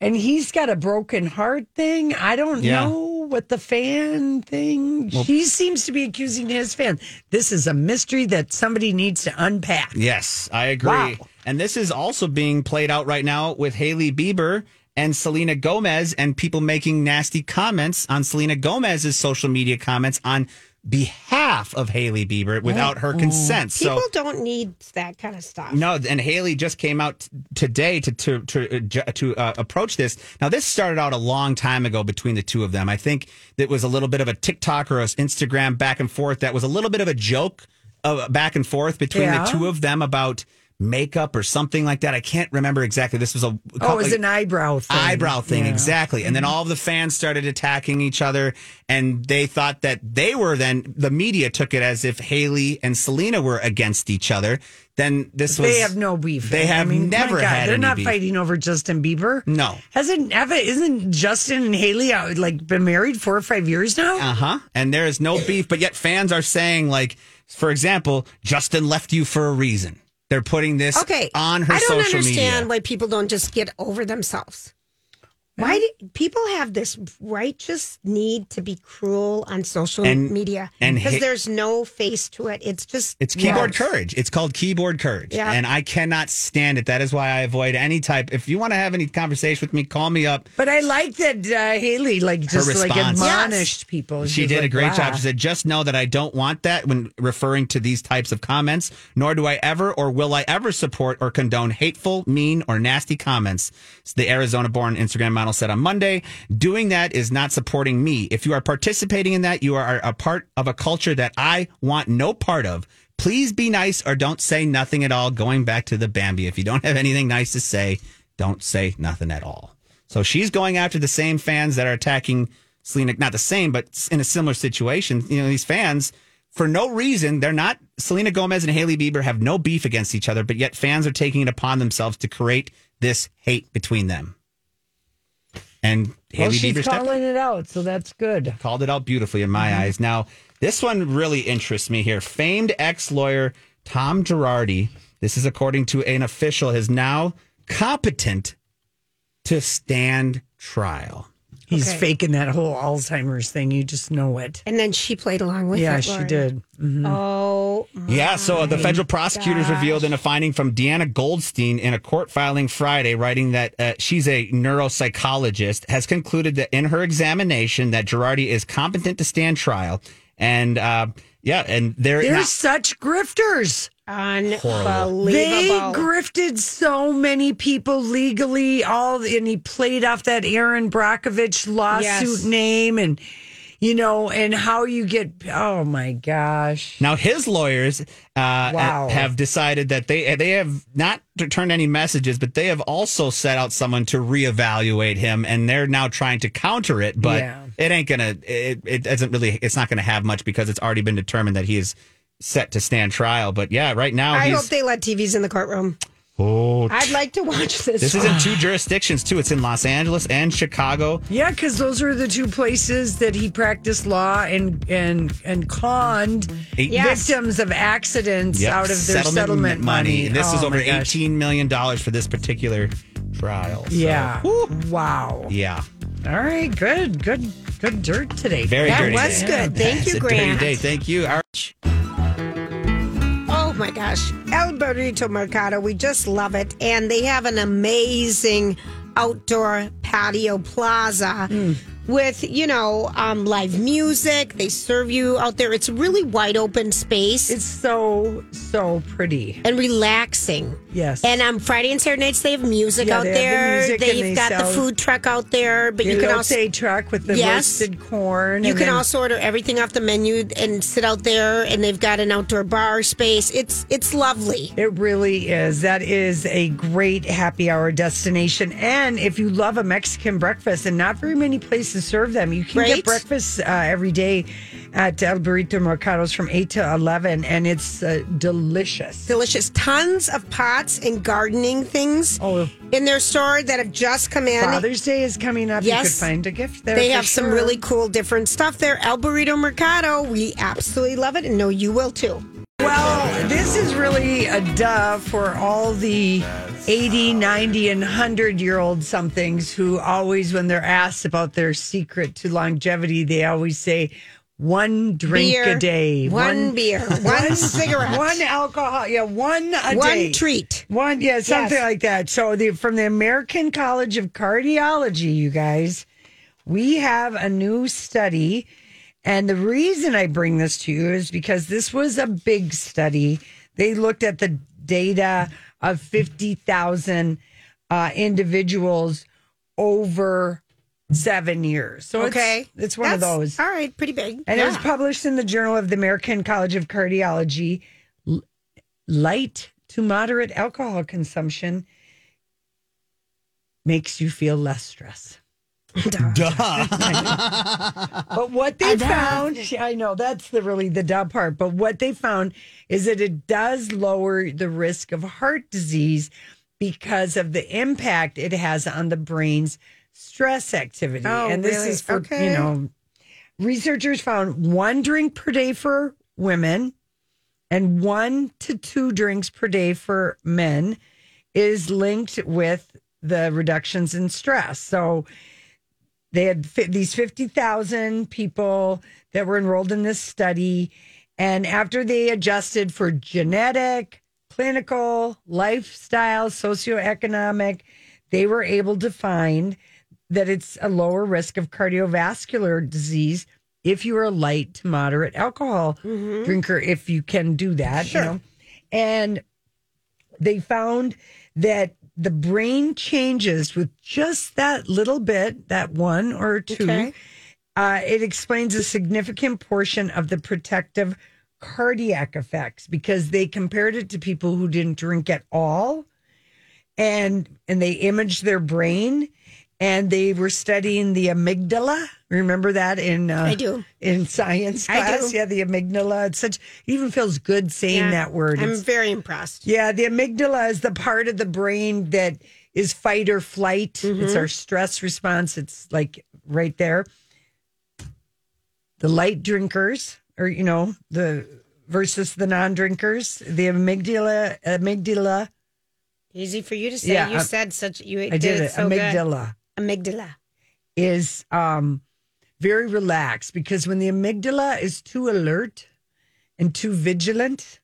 [SPEAKER 5] And he's got a broken heart thing. I don't
[SPEAKER 1] Yeah.
[SPEAKER 5] know what the fan thing. he seems to be accusing his fan. This is a mystery that somebody needs to unpack.
[SPEAKER 1] Yes, I agree.
[SPEAKER 5] Wow.
[SPEAKER 1] And this is also being played out right now with Haley Bieber and Selena Gomez and people making nasty comments on Selena Gomez's social media comments on behalf of Haley Bieber without her consent.
[SPEAKER 4] people
[SPEAKER 1] so
[SPEAKER 4] don't need that kind of stuff.
[SPEAKER 1] No, and Haley just came out t- today to to to uh, ju- to uh, approach this. Now, this started out a long time ago between the two of them. I think it was a little bit of a TikTok or a Instagram uh, back and forth. That was a little bit of a joke of back and forth between
[SPEAKER 5] Yeah.
[SPEAKER 1] the two of them about makeup or something like that. I can't remember exactly. This was a
[SPEAKER 5] Oh, it was an eyebrow thing.
[SPEAKER 1] eyebrow thing
[SPEAKER 5] Yeah. Mm-hmm.
[SPEAKER 1] exactly and then all of the fans started attacking each other and they thought that they were then the media took it as if haley and selena were against each other then this was
[SPEAKER 5] they have no beef.
[SPEAKER 1] they have
[SPEAKER 5] my
[SPEAKER 1] never
[SPEAKER 5] God,
[SPEAKER 1] had
[SPEAKER 5] They're
[SPEAKER 1] any
[SPEAKER 5] not
[SPEAKER 1] beef.
[SPEAKER 5] fighting over Justin Bieber.
[SPEAKER 1] no
[SPEAKER 5] Hasn't haven't- isn't Justin and Haley out, like been married four or five years now?
[SPEAKER 1] uh-huh and there is no beef but yet fans are saying like for example justin left you for a reason they're putting this
[SPEAKER 4] okay.
[SPEAKER 1] on her
[SPEAKER 4] I don't
[SPEAKER 1] social
[SPEAKER 4] understand
[SPEAKER 1] media
[SPEAKER 4] why people don't just get over themselves. Why do people have this righteous need to be cruel on social
[SPEAKER 1] And-
[SPEAKER 4] media?
[SPEAKER 1] and
[SPEAKER 4] because
[SPEAKER 1] hate-
[SPEAKER 4] there's no face to it. It's just
[SPEAKER 1] It's keyboard
[SPEAKER 4] Yeah.
[SPEAKER 1] courage. It's called keyboard courage.
[SPEAKER 4] Yeah.
[SPEAKER 1] And I cannot stand it. That is why I avoid any type. If you want to have any conversation with me, call me up.
[SPEAKER 5] But I like that uh, Haley like just like
[SPEAKER 1] response.
[SPEAKER 5] admonished people.
[SPEAKER 1] She
[SPEAKER 5] was
[SPEAKER 1] did a
[SPEAKER 5] like,
[SPEAKER 1] great job.
[SPEAKER 5] "Wow."
[SPEAKER 1] She said, just know that I don't want that when referring to these types of comments, nor do I ever or will I ever support or condone hateful, mean, or nasty comments. The Arizona born Instagram model said on Monday, doing that is not supporting me. If you are participating in that, you are a part of a culture that I want no part of. Please be nice or don't say nothing at all. Going back to the Bambi, if you don't have anything nice to say, don't say nothing at all. So she's going after the same fans that are attacking Selena, not the same, but in a similar situation. You know, these fans, for no reason, they're not, Selena Gomez and Haley Bieber have no beef against each other, but yet fans are taking it upon themselves to create this hate between them. And
[SPEAKER 5] Well,
[SPEAKER 1] Haley Bieber
[SPEAKER 5] she's
[SPEAKER 1] stepped
[SPEAKER 5] calling it out, so that's good.
[SPEAKER 1] called it out beautifully in my eyes. Now, this one really interests me here. Famed ex lawyer Tom Girardi, this is according to an official, is now competent to stand trial.
[SPEAKER 5] He's
[SPEAKER 4] Okay.
[SPEAKER 5] faking that whole Alzheimer's thing. You just know it.
[SPEAKER 4] And then she played along with
[SPEAKER 5] yeah,
[SPEAKER 4] it,
[SPEAKER 5] she
[SPEAKER 4] Lori.
[SPEAKER 5] did. Mhm.
[SPEAKER 4] Oh,
[SPEAKER 1] Yeah, so the federal prosecutors
[SPEAKER 4] gosh.
[SPEAKER 1] revealed in a finding from Deanna Goldstein in a court filing Friday, writing that uh, she's a neuropsychologist, has concluded that in her examination that Girardi is competent to stand trial, and uh, yeah, and there
[SPEAKER 5] They're
[SPEAKER 1] now-
[SPEAKER 5] such grifters.
[SPEAKER 4] unbelievable.
[SPEAKER 5] They grifted so many people legally. All and he played off that Aaron Brockovich lawsuit
[SPEAKER 4] Yes.
[SPEAKER 5] name, and you know, and how you get. Oh my gosh!
[SPEAKER 1] Now his lawyers uh,
[SPEAKER 5] Wow.
[SPEAKER 1] have decided that they they have not returned any messages, but they have also set out someone to reevaluate him, and they're now trying to counter it. But
[SPEAKER 5] Yeah.
[SPEAKER 1] it ain't gonna it, it doesn't really it's not gonna have much because it's already been determined that he is set to stand trial. But yeah, right now
[SPEAKER 4] I
[SPEAKER 1] he's
[SPEAKER 4] hope they let TVs in the courtroom.
[SPEAKER 1] oh,
[SPEAKER 4] I'd like to watch this.
[SPEAKER 1] this is in two jurisdictions too. It's in Los Angeles and Chicago.
[SPEAKER 5] Yeah, because those are the two places that he practiced law and and and conned
[SPEAKER 1] Eight- Yes.
[SPEAKER 5] victims of accidents
[SPEAKER 1] Yep,
[SPEAKER 5] out of their settlement, money.
[SPEAKER 1] And this is
[SPEAKER 5] Oh,
[SPEAKER 1] over
[SPEAKER 5] my gosh.
[SPEAKER 1] eighteen million dollars for this particular trial. So,
[SPEAKER 5] Yeah. Wow.
[SPEAKER 1] yeah.
[SPEAKER 5] All right. Good. Good. Good dirt today.
[SPEAKER 1] Very
[SPEAKER 4] That
[SPEAKER 1] dirty
[SPEAKER 4] was
[SPEAKER 1] day.
[SPEAKER 4] good. Thank
[SPEAKER 1] That's
[SPEAKER 4] you,
[SPEAKER 1] a dirty
[SPEAKER 4] Grant.
[SPEAKER 1] day. Thank you. Arch.
[SPEAKER 4] Oh my gosh. El Burrito Mercado, we just love it. And they have an amazing outdoor patio plaza
[SPEAKER 5] Hmm.
[SPEAKER 4] with, you know, um, live music. They serve you out there. It's a really wide open space
[SPEAKER 5] It's so so pretty.
[SPEAKER 4] and relaxing.
[SPEAKER 5] Yes.
[SPEAKER 4] And on Friday and Saturday nights, they have music
[SPEAKER 5] Yeah,
[SPEAKER 4] out
[SPEAKER 5] they have the
[SPEAKER 4] there.
[SPEAKER 5] music and
[SPEAKER 4] They've
[SPEAKER 5] they
[SPEAKER 4] got
[SPEAKER 5] sell
[SPEAKER 4] the food truck out there, but you can also
[SPEAKER 5] say truck with the
[SPEAKER 4] Yes.
[SPEAKER 5] roasted corn.
[SPEAKER 4] You
[SPEAKER 5] and
[SPEAKER 4] can
[SPEAKER 5] then-
[SPEAKER 4] also order everything off the menu and sit out there, and they've got an outdoor bar space. It's it's lovely.
[SPEAKER 5] It really is. That is a great happy hour destination. And if you love a Mexican breakfast, and not very many places serve them, you can
[SPEAKER 4] Right?
[SPEAKER 5] get breakfast uh, every day at El Burrito Mercados from 8 to 11, and it's uh, delicious.
[SPEAKER 4] Delicious. Tons of pots and gardening things
[SPEAKER 5] Oh.
[SPEAKER 4] in their store that have just come in.
[SPEAKER 5] Father's Day is coming up.
[SPEAKER 4] Yes.
[SPEAKER 5] you could find a gift there.
[SPEAKER 4] they
[SPEAKER 5] for
[SPEAKER 4] have some
[SPEAKER 5] sure.
[SPEAKER 4] really cool different stuff there. El Burrito Mercado. We absolutely love it and know you will too.
[SPEAKER 5] Well, this is really a duh for all the 80, 90, and 100 year old somethings who always, when they're asked about their secret to longevity, they always say, one drink
[SPEAKER 4] Beer.
[SPEAKER 5] a day,
[SPEAKER 4] One beer. One cigarette.
[SPEAKER 5] one alcohol, yeah, one a
[SPEAKER 4] One
[SPEAKER 5] day,
[SPEAKER 4] treat.
[SPEAKER 5] one, yeah, something
[SPEAKER 4] Yes.
[SPEAKER 5] like that. So, the, from the American College of Cardiology, you guys, we have a new study. And the reason I bring this to you is because this was a big study. They looked at the data of 50,000 uh, individuals over seven years. So it's-
[SPEAKER 4] Okay.
[SPEAKER 5] it's, one of
[SPEAKER 4] That's-
[SPEAKER 5] those.
[SPEAKER 4] All right, pretty big.
[SPEAKER 5] And it was
[SPEAKER 4] Yeah.
[SPEAKER 5] published in the Journal of the American College of Cardiology. L- light to moderate alcohol consumption makes you feel less stress. but what they found, I know that's the really the dumb part. But what they found is that it does lower the risk of heart disease because of the impact it has on the brain's stress activity.
[SPEAKER 4] Oh,
[SPEAKER 5] and this
[SPEAKER 4] really?
[SPEAKER 5] is for
[SPEAKER 4] Okay.
[SPEAKER 5] you know, researchers found one drink per day for women and one to two drinks per day for men is linked with the reductions in stress. So they had fi- these 50,000 people that were enrolled in this study. And after they adjusted for genetic, clinical, lifestyle, socioeconomic, they were able to find that it's a lower risk of cardiovascular disease if you're a light to moderate alcohol drinker, if you can do that. You know? And they found that the brain changes with just that little bit, that one or two.
[SPEAKER 4] Okay.
[SPEAKER 5] Uh, it explains a significant portion of the protective cardiac effects because they compared it to people who didn't drink at all and and they imaged their brain and they were studying the amygdala remember that in uh,
[SPEAKER 4] I do.
[SPEAKER 5] in science
[SPEAKER 4] I do.
[SPEAKER 5] class yeah the amygdala it's such it even feels good saying
[SPEAKER 4] Yeah.
[SPEAKER 5] that word
[SPEAKER 4] I'm
[SPEAKER 5] It's-
[SPEAKER 4] very impressed.
[SPEAKER 5] yeah, the amygdala is the part of the brain that is fight or flight. It's
[SPEAKER 4] Mm-hmm.
[SPEAKER 5] our stress response. It's like right there. The light drinkers, or you know, the versus the non-drinkers, the amygdala, amygdala.
[SPEAKER 4] Easy for you to say.
[SPEAKER 5] Yeah,
[SPEAKER 4] you
[SPEAKER 5] I-
[SPEAKER 4] said such. You
[SPEAKER 5] I
[SPEAKER 4] did,
[SPEAKER 5] did,
[SPEAKER 4] it.
[SPEAKER 5] it.
[SPEAKER 4] So
[SPEAKER 5] amygdala
[SPEAKER 4] Good. Amygdala.
[SPEAKER 5] is um, very relaxed because when the amygdala is too alert and too vigilant,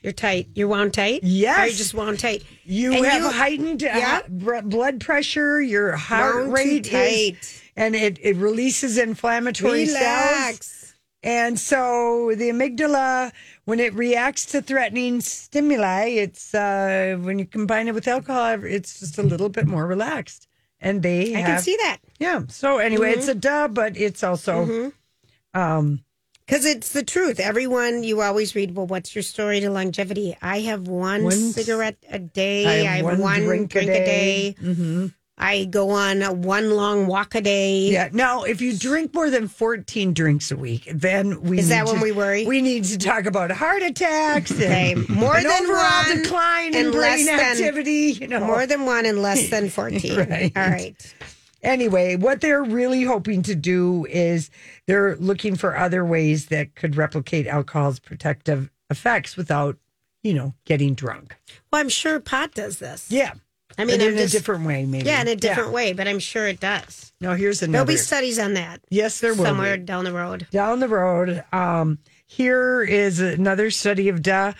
[SPEAKER 4] You're tight. You're wound tight. Or
[SPEAKER 5] Yes.
[SPEAKER 4] you just wound tight.
[SPEAKER 5] You
[SPEAKER 4] And
[SPEAKER 5] have
[SPEAKER 4] you-
[SPEAKER 5] heightened uh,
[SPEAKER 4] Yeah.
[SPEAKER 5] br- blood pressure. Your heart
[SPEAKER 4] Wound too
[SPEAKER 5] rate
[SPEAKER 4] tight.
[SPEAKER 5] is, and it, it releases inflammatory
[SPEAKER 4] Relax.
[SPEAKER 5] cells. And so the amygdala, when it reacts to threatening stimuli, it's uh, when you combine it with alcohol, it's just a little bit more relaxed. And they,
[SPEAKER 4] I can
[SPEAKER 5] have-
[SPEAKER 4] see Mm-hmm. that.
[SPEAKER 5] Yeah. So anyway, it's a dub, but it's also,
[SPEAKER 4] Mm-hmm.
[SPEAKER 5] um,
[SPEAKER 4] Because it's the truth. Everyone, you always read, well, what's your story to longevity? I have one,
[SPEAKER 5] One c-
[SPEAKER 4] cigarette a day.
[SPEAKER 5] I
[SPEAKER 4] I
[SPEAKER 5] have
[SPEAKER 4] have,
[SPEAKER 5] one
[SPEAKER 4] one,
[SPEAKER 5] drink
[SPEAKER 4] drink,
[SPEAKER 5] a
[SPEAKER 4] a
[SPEAKER 5] day. Mm-hmm.
[SPEAKER 4] day. I go on a one long walk a day.
[SPEAKER 5] Yeah. Now, if you drink more than 14 drinks a week, then we
[SPEAKER 4] Is that
[SPEAKER 5] need
[SPEAKER 4] when
[SPEAKER 5] to-
[SPEAKER 4] we worry?
[SPEAKER 5] We need to talk about heart attacks and
[SPEAKER 4] Okay. More
[SPEAKER 5] an
[SPEAKER 4] than
[SPEAKER 5] overall
[SPEAKER 4] one
[SPEAKER 5] decline in
[SPEAKER 4] and less
[SPEAKER 5] brain
[SPEAKER 4] than-
[SPEAKER 5] activity. you know.
[SPEAKER 4] More than one and less than 14.
[SPEAKER 5] Right.
[SPEAKER 4] All right.
[SPEAKER 5] Anyway, what they're really hoping to do is they're looking for other ways that could replicate alcohol's protective effects without, you know, getting drunk.
[SPEAKER 4] Well, I'm sure pot does this.
[SPEAKER 5] Yeah.
[SPEAKER 4] I mean,
[SPEAKER 5] But
[SPEAKER 4] I'm
[SPEAKER 5] in
[SPEAKER 4] just-
[SPEAKER 5] a different way, maybe.
[SPEAKER 4] Yeah, in a different way, but I'm sure it does.
[SPEAKER 5] Now, here's another.
[SPEAKER 4] There'll be studies on that
[SPEAKER 5] yes, there will.
[SPEAKER 4] somewhere
[SPEAKER 5] be.
[SPEAKER 4] down the road.
[SPEAKER 5] down the road. Um, here is another study of DA,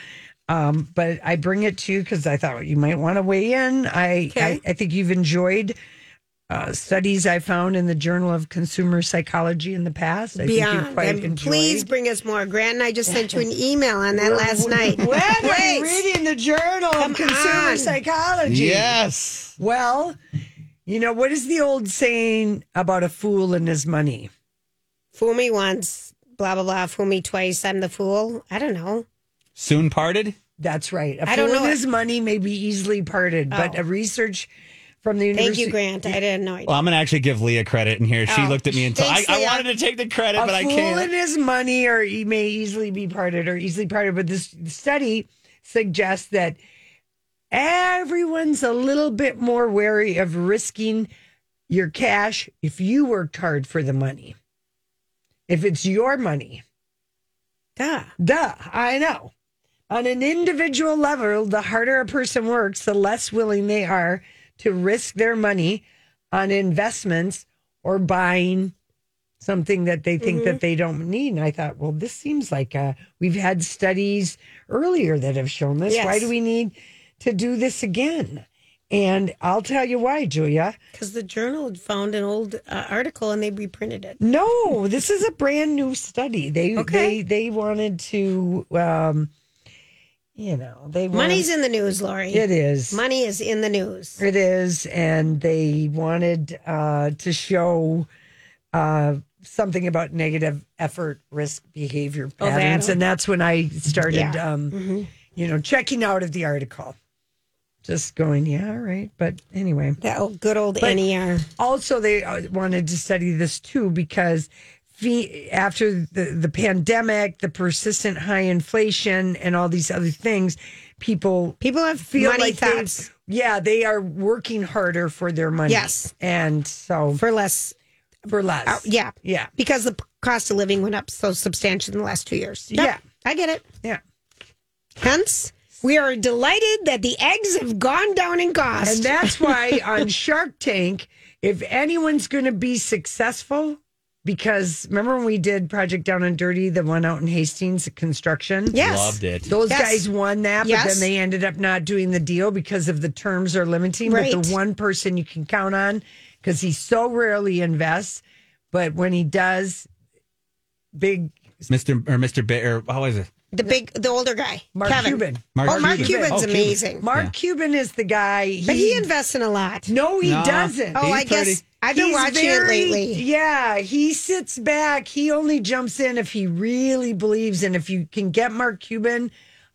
[SPEAKER 5] um, but I bring it to you because I thought you might want to weigh in. I,
[SPEAKER 4] Okay.
[SPEAKER 5] I I think you've enjoyed uh, studies I found in the Journal of Consumer Psychology in the past. I think you
[SPEAKER 4] Beyond.
[SPEAKER 5] quite
[SPEAKER 4] And
[SPEAKER 5] enjoyed.
[SPEAKER 4] please bring us more. Grant and I just sent you an email on that last night.
[SPEAKER 5] When are you
[SPEAKER 4] Please.
[SPEAKER 5] reading the Journal
[SPEAKER 4] Come
[SPEAKER 5] of Consumer
[SPEAKER 4] on.
[SPEAKER 5] Psychology?
[SPEAKER 1] Yes.
[SPEAKER 5] Well, you know what is the old saying about a fool and his money?
[SPEAKER 4] Fool me once, blah blah blah. Fool me twice, I'm the fool. I don't know.
[SPEAKER 1] Soon parted?
[SPEAKER 5] That's right. A
[SPEAKER 4] I
[SPEAKER 5] fool
[SPEAKER 4] don't know.
[SPEAKER 5] and his money may be easily parted, but
[SPEAKER 4] Oh.
[SPEAKER 5] a research from the
[SPEAKER 4] Thank
[SPEAKER 5] university.
[SPEAKER 4] you, Grant. I didn't know.
[SPEAKER 1] Well, I'm going to actually give Leah credit in here. She
[SPEAKER 4] Oh.
[SPEAKER 1] looked at me and told I,
[SPEAKER 4] Thanks,
[SPEAKER 1] I
[SPEAKER 4] Leah.
[SPEAKER 1] wanted to take the credit,
[SPEAKER 5] A
[SPEAKER 1] but I
[SPEAKER 5] fool
[SPEAKER 1] can't.
[SPEAKER 5] and his money, or he may easily be parted, or easily parted. But this study suggests that everyone's a little bit more wary of risking your cash if you worked hard for the money. If it's your money,
[SPEAKER 4] Duh.
[SPEAKER 5] Duh, I know. On an individual level, the harder a person works, the less willing they are to risk their money on investments or buying something that they think
[SPEAKER 4] Mm-hmm.
[SPEAKER 5] that they don't need. And I thought, well, this seems like uh we've had studies earlier that have shown this. Why
[SPEAKER 4] Yes.
[SPEAKER 5] do we need to do this again? And I'll tell you why, Julia.
[SPEAKER 4] Because the journal found an old uh, article and they reprinted it.
[SPEAKER 5] No, this is a brand new study. They they
[SPEAKER 4] Okay.
[SPEAKER 5] they wanted to um you know, they wanted,
[SPEAKER 4] Money's in the news, Lori.
[SPEAKER 5] It is.
[SPEAKER 4] Money is in the news.
[SPEAKER 5] It is and they wanted uh to show uh something about negative effort risk behavive
[SPEAKER 4] Oh, that-
[SPEAKER 5] patterns and that's when I started
[SPEAKER 4] Yeah.
[SPEAKER 5] um you know, checking out of the article. Just going, yeah, all right. But anyway.
[SPEAKER 4] That old, good old E
[SPEAKER 5] But
[SPEAKER 4] NER.
[SPEAKER 5] Also, they uh, wanted to study this too because fe- after the, the pandemic, the persistent high inflation, and all these other things, people
[SPEAKER 4] people have
[SPEAKER 5] feel
[SPEAKER 4] money
[SPEAKER 5] like they-
[SPEAKER 4] thoughts.
[SPEAKER 5] yeah, they are working harder for their money.
[SPEAKER 4] Yes.
[SPEAKER 5] and so
[SPEAKER 4] for less,
[SPEAKER 5] for less.
[SPEAKER 4] Oh, yeah.
[SPEAKER 5] yeah,
[SPEAKER 4] Because the p- cost of living went up so substantially in the last two years. Yep,
[SPEAKER 5] Yeah.
[SPEAKER 4] I get it.
[SPEAKER 5] Yeah.
[SPEAKER 4] Hence, we are delighted that the eggs have gone down in cost.
[SPEAKER 5] And that's why on Shark Tank, if anyone's going to be successful, because remember when we did Project Down and Dirty, the one out in Hastings, the construction?
[SPEAKER 4] Yes. Loved it.
[SPEAKER 5] Those
[SPEAKER 4] Yes.
[SPEAKER 5] guys won that, but
[SPEAKER 4] Yes.
[SPEAKER 5] then they ended up not doing the deal because of the terms are limiting. But
[SPEAKER 4] Right.
[SPEAKER 5] the one person you can count on, because he so rarely invests, but when he does, big
[SPEAKER 1] Mr. or Mr. Bear. Or, how is it?
[SPEAKER 4] the big, the older guy,
[SPEAKER 5] Mark
[SPEAKER 4] Kevin.
[SPEAKER 5] Cuban.
[SPEAKER 1] Mark
[SPEAKER 4] oh, Mark
[SPEAKER 1] Cuban.
[SPEAKER 4] Cuban's
[SPEAKER 1] Oh, Cuban.
[SPEAKER 4] amazing.
[SPEAKER 5] Mark Cuban is the guy. He,
[SPEAKER 4] But he invests in a lot.
[SPEAKER 5] No, he
[SPEAKER 4] No,
[SPEAKER 5] doesn't.
[SPEAKER 4] Oh, I
[SPEAKER 1] he's
[SPEAKER 4] guess
[SPEAKER 1] pretty-
[SPEAKER 4] I've been
[SPEAKER 5] He's
[SPEAKER 4] watching it
[SPEAKER 5] very-
[SPEAKER 4] lately.
[SPEAKER 5] Yeah, he sits back. He only jumps in if he really believes, and if you can get Mark Cuban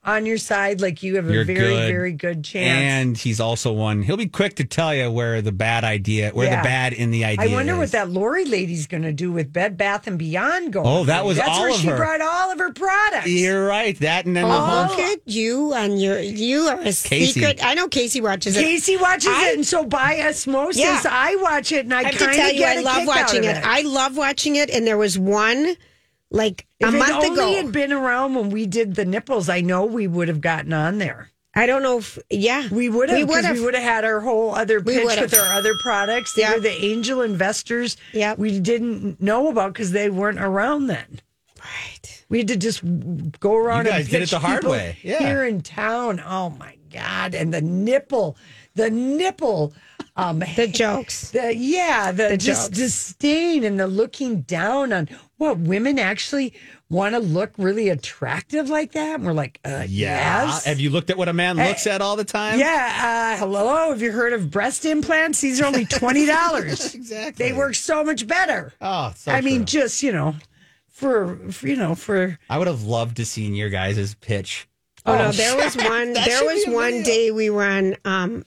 [SPEAKER 5] on your side, like you have a
[SPEAKER 1] You're
[SPEAKER 5] very,
[SPEAKER 1] good.
[SPEAKER 5] very good chance.
[SPEAKER 1] And he's also one. He'll be quick to tell you where the bad idea, where
[SPEAKER 5] Yeah.
[SPEAKER 1] the bad in the idea.
[SPEAKER 5] I wonder
[SPEAKER 1] is.
[SPEAKER 5] what that Lori lady's going to do with Bed Bath and Beyond going.
[SPEAKER 1] Oh, that was
[SPEAKER 5] That's
[SPEAKER 1] all
[SPEAKER 5] where
[SPEAKER 1] of
[SPEAKER 5] she
[SPEAKER 1] her.
[SPEAKER 5] brought all of her products.
[SPEAKER 1] You're right. That and then the
[SPEAKER 4] Oh,
[SPEAKER 5] Uh-huh.
[SPEAKER 1] whole.
[SPEAKER 4] look at you on your. You are a
[SPEAKER 1] Casey.
[SPEAKER 4] secret. I know Casey watches it.
[SPEAKER 5] Casey watches
[SPEAKER 4] I-
[SPEAKER 5] it, and so by osmosis,
[SPEAKER 4] Yeah.
[SPEAKER 5] I watch it, and I,
[SPEAKER 4] I have to
[SPEAKER 5] kind of
[SPEAKER 4] tell you, I
[SPEAKER 5] get a
[SPEAKER 4] love
[SPEAKER 5] kick out
[SPEAKER 4] watching
[SPEAKER 5] of
[SPEAKER 4] it. I love watching it, and there was one like
[SPEAKER 5] If
[SPEAKER 4] a
[SPEAKER 5] it
[SPEAKER 4] month
[SPEAKER 5] only
[SPEAKER 4] ago.
[SPEAKER 5] had been around when we did the nipples, I know we would have gotten on there.
[SPEAKER 4] I don't know if yeah
[SPEAKER 5] We would have.
[SPEAKER 4] We would
[SPEAKER 5] 'cause
[SPEAKER 4] have.
[SPEAKER 5] We would have had our whole other
[SPEAKER 4] We
[SPEAKER 5] pitch
[SPEAKER 4] would have.
[SPEAKER 5] with our other products. They
[SPEAKER 4] Yeah.
[SPEAKER 5] were the angel investors.
[SPEAKER 4] Yeah.
[SPEAKER 5] we didn't know about because they weren't around then. Right. We had to just go around.
[SPEAKER 1] You guys
[SPEAKER 5] and
[SPEAKER 1] did it
[SPEAKER 5] pitch
[SPEAKER 1] the hard
[SPEAKER 5] people
[SPEAKER 1] way. Yeah.
[SPEAKER 5] Here in town. Oh my god! And the nipple, the nipple. Um,
[SPEAKER 4] the jokes.
[SPEAKER 5] the, yeah, the,
[SPEAKER 4] The
[SPEAKER 5] just
[SPEAKER 4] jokes.
[SPEAKER 5] disdain and the looking down on what women actually want to look really attractive like that. And we're like, uh,
[SPEAKER 1] Yeah.
[SPEAKER 5] yes.
[SPEAKER 1] Have you looked at what a man looks at all the time?
[SPEAKER 5] Yeah. Uh, hello. Have you heard of breast implants? These are only twenty dollars.
[SPEAKER 1] Exactly.
[SPEAKER 5] They work so much better.
[SPEAKER 1] Oh, so
[SPEAKER 5] I mean,
[SPEAKER 1] true.
[SPEAKER 5] just you know, for, for you know, for
[SPEAKER 1] I would have loved to seen your guys' pitch.
[SPEAKER 4] Oh,
[SPEAKER 5] Um,
[SPEAKER 4] no, there was one.
[SPEAKER 1] That
[SPEAKER 4] there
[SPEAKER 1] should
[SPEAKER 4] was
[SPEAKER 1] be a
[SPEAKER 4] one
[SPEAKER 1] video.
[SPEAKER 4] day we were on um,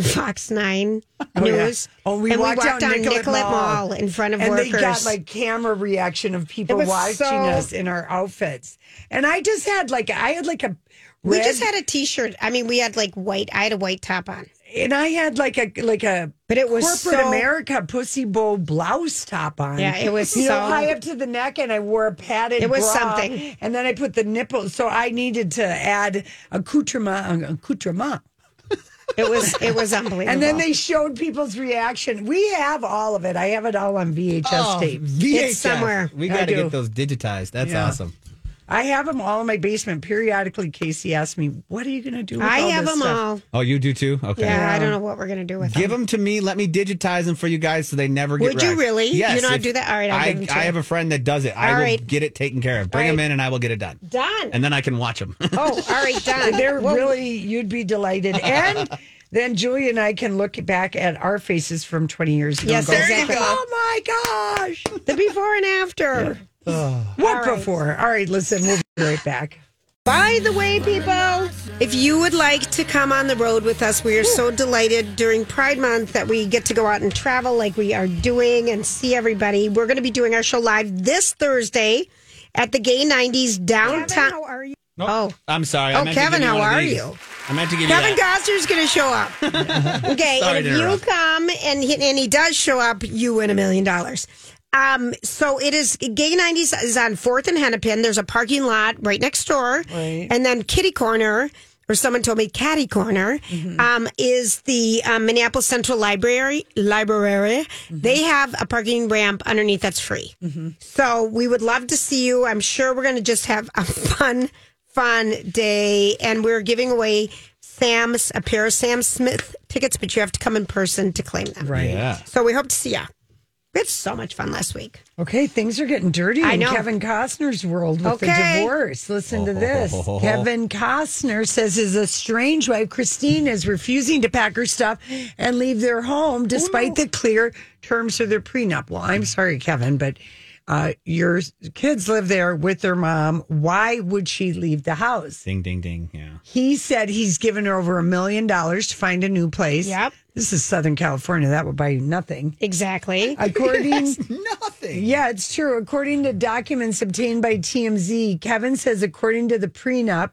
[SPEAKER 4] Fox Nine
[SPEAKER 5] yeah.
[SPEAKER 4] News.
[SPEAKER 5] Oh, we
[SPEAKER 4] and
[SPEAKER 5] walked
[SPEAKER 4] we
[SPEAKER 5] down
[SPEAKER 4] walked on
[SPEAKER 5] Nicollet Mall.
[SPEAKER 4] in front of
[SPEAKER 5] and
[SPEAKER 4] workers.
[SPEAKER 5] they got like camera reaction of people
[SPEAKER 4] was
[SPEAKER 5] watching
[SPEAKER 4] so-
[SPEAKER 5] us in our outfits. And I just had like I had like a
[SPEAKER 4] we
[SPEAKER 5] red,
[SPEAKER 4] just had a T-shirt. I mean, we had like white. I had a white top on.
[SPEAKER 5] and I had like a like a
[SPEAKER 4] But it was
[SPEAKER 5] corporate
[SPEAKER 4] so-
[SPEAKER 5] America pussy bowl blouse top on.
[SPEAKER 4] Yeah, it was
[SPEAKER 5] you know,
[SPEAKER 4] so-
[SPEAKER 5] high up to the neck, and I wore a padded.
[SPEAKER 4] It was
[SPEAKER 5] bra,
[SPEAKER 4] something.
[SPEAKER 5] and then I put the nipples. So I needed to add accoutrement, accoutrement.
[SPEAKER 4] It was it was unbelievable.
[SPEAKER 5] And then they showed people's reaction. We have all of it. I have it all on VHS
[SPEAKER 4] Oh,
[SPEAKER 5] tape.
[SPEAKER 1] VHS.
[SPEAKER 4] somewhere.
[SPEAKER 1] We
[SPEAKER 5] I
[SPEAKER 1] got to
[SPEAKER 5] do.
[SPEAKER 1] get those digitized. That's
[SPEAKER 5] Yeah.
[SPEAKER 1] awesome.
[SPEAKER 5] I have them all in my basement. Periodically, Casey asks me, "What are you going to do?" With
[SPEAKER 4] I
[SPEAKER 5] all
[SPEAKER 4] have
[SPEAKER 5] this
[SPEAKER 4] them
[SPEAKER 5] stuff?
[SPEAKER 4] all.
[SPEAKER 1] Oh, you do too? Okay.
[SPEAKER 4] Yeah, I don't know what we're gonna do with
[SPEAKER 1] Give
[SPEAKER 4] them.
[SPEAKER 1] them to me. Let me digitize them for you guys so they never get
[SPEAKER 4] Would you
[SPEAKER 1] wrecked.
[SPEAKER 4] really? You
[SPEAKER 1] Yes.
[SPEAKER 4] know how to
[SPEAKER 1] if-
[SPEAKER 4] do that? All right, I'll
[SPEAKER 1] I,
[SPEAKER 4] give 'em to
[SPEAKER 1] I
[SPEAKER 4] you.
[SPEAKER 1] have a friend that does it. I
[SPEAKER 4] All
[SPEAKER 1] will
[SPEAKER 4] right.
[SPEAKER 1] get it taken care of. Bring
[SPEAKER 4] All
[SPEAKER 1] them
[SPEAKER 4] right.
[SPEAKER 1] in and I will get it done.
[SPEAKER 4] Done.
[SPEAKER 1] And then I can watch them.
[SPEAKER 4] oh, all right, done.
[SPEAKER 5] They're
[SPEAKER 4] Well,
[SPEAKER 5] really, you'd be delighted. And then Julie and I can look back at our faces from 20 years ago.
[SPEAKER 4] Yes,
[SPEAKER 5] and go,
[SPEAKER 4] there you go.
[SPEAKER 5] Oh my gosh.
[SPEAKER 4] the before and after.
[SPEAKER 5] What
[SPEAKER 4] All right.
[SPEAKER 5] before? All right, listen, we'll be right back.
[SPEAKER 4] By the way, people, if you would like to come on the road with us, we are so delighted during Pride Month that we get to go out and travel like we are doing and see everybody. We're going to be doing our show live this Thursday at the Gay 90s downtown. how are you? Oh,
[SPEAKER 1] I'm sorry. I
[SPEAKER 4] Oh,
[SPEAKER 1] meant to give
[SPEAKER 4] Kevin,
[SPEAKER 1] you
[SPEAKER 4] how
[SPEAKER 1] one of
[SPEAKER 4] are
[SPEAKER 1] these.
[SPEAKER 4] you?
[SPEAKER 1] I meant to give
[SPEAKER 4] Kevin
[SPEAKER 1] you that.
[SPEAKER 4] Costner's going to show up. okay,
[SPEAKER 1] Sorry
[SPEAKER 4] and
[SPEAKER 1] to
[SPEAKER 4] if you
[SPEAKER 1] interrupt.
[SPEAKER 4] come and he, and he does show up, you win a million dollars. Um, so it is Gay 90s is on 4th and Hennepin. There's a parking lot right next door.
[SPEAKER 5] Right.
[SPEAKER 4] And then Kitty Corner, or someone told me Catty Corner, um, is the um, Minneapolis Central Library. Library. They have a parking ramp underneath that's free. So we would love to see you. I'm sure we're going to just have a fun, fun day. And we're giving away Sam's, a pair of Sam Smith tickets, but you have to come in person to claim them.
[SPEAKER 5] Right.
[SPEAKER 1] Yeah.
[SPEAKER 4] So we hope to see you. We had so much fun last week.
[SPEAKER 5] Okay, things are getting dirty
[SPEAKER 4] I
[SPEAKER 5] in
[SPEAKER 4] know.
[SPEAKER 5] Kevin Costner's world with
[SPEAKER 4] Okay.
[SPEAKER 5] the divorce. Listen to this. Kevin Costner says his estranged wife, Christine, is refusing to pack her stuff
[SPEAKER 4] Oh,
[SPEAKER 5] and leave their home despite the clear terms of their prenup. Well, I'm sorry, Kevin, but uh, your kids live there with their mom. Why would she leave the house?
[SPEAKER 1] Ding, ding, ding. Yeah.
[SPEAKER 5] He said he's given her over a million dollars to find a new place. Yep. This is Southern California. That would buy you nothing.
[SPEAKER 4] Exactly.
[SPEAKER 5] According
[SPEAKER 3] nothing.
[SPEAKER 5] Yeah, it's true. According to documents obtained by TMZ, Kevin says according to the prenup,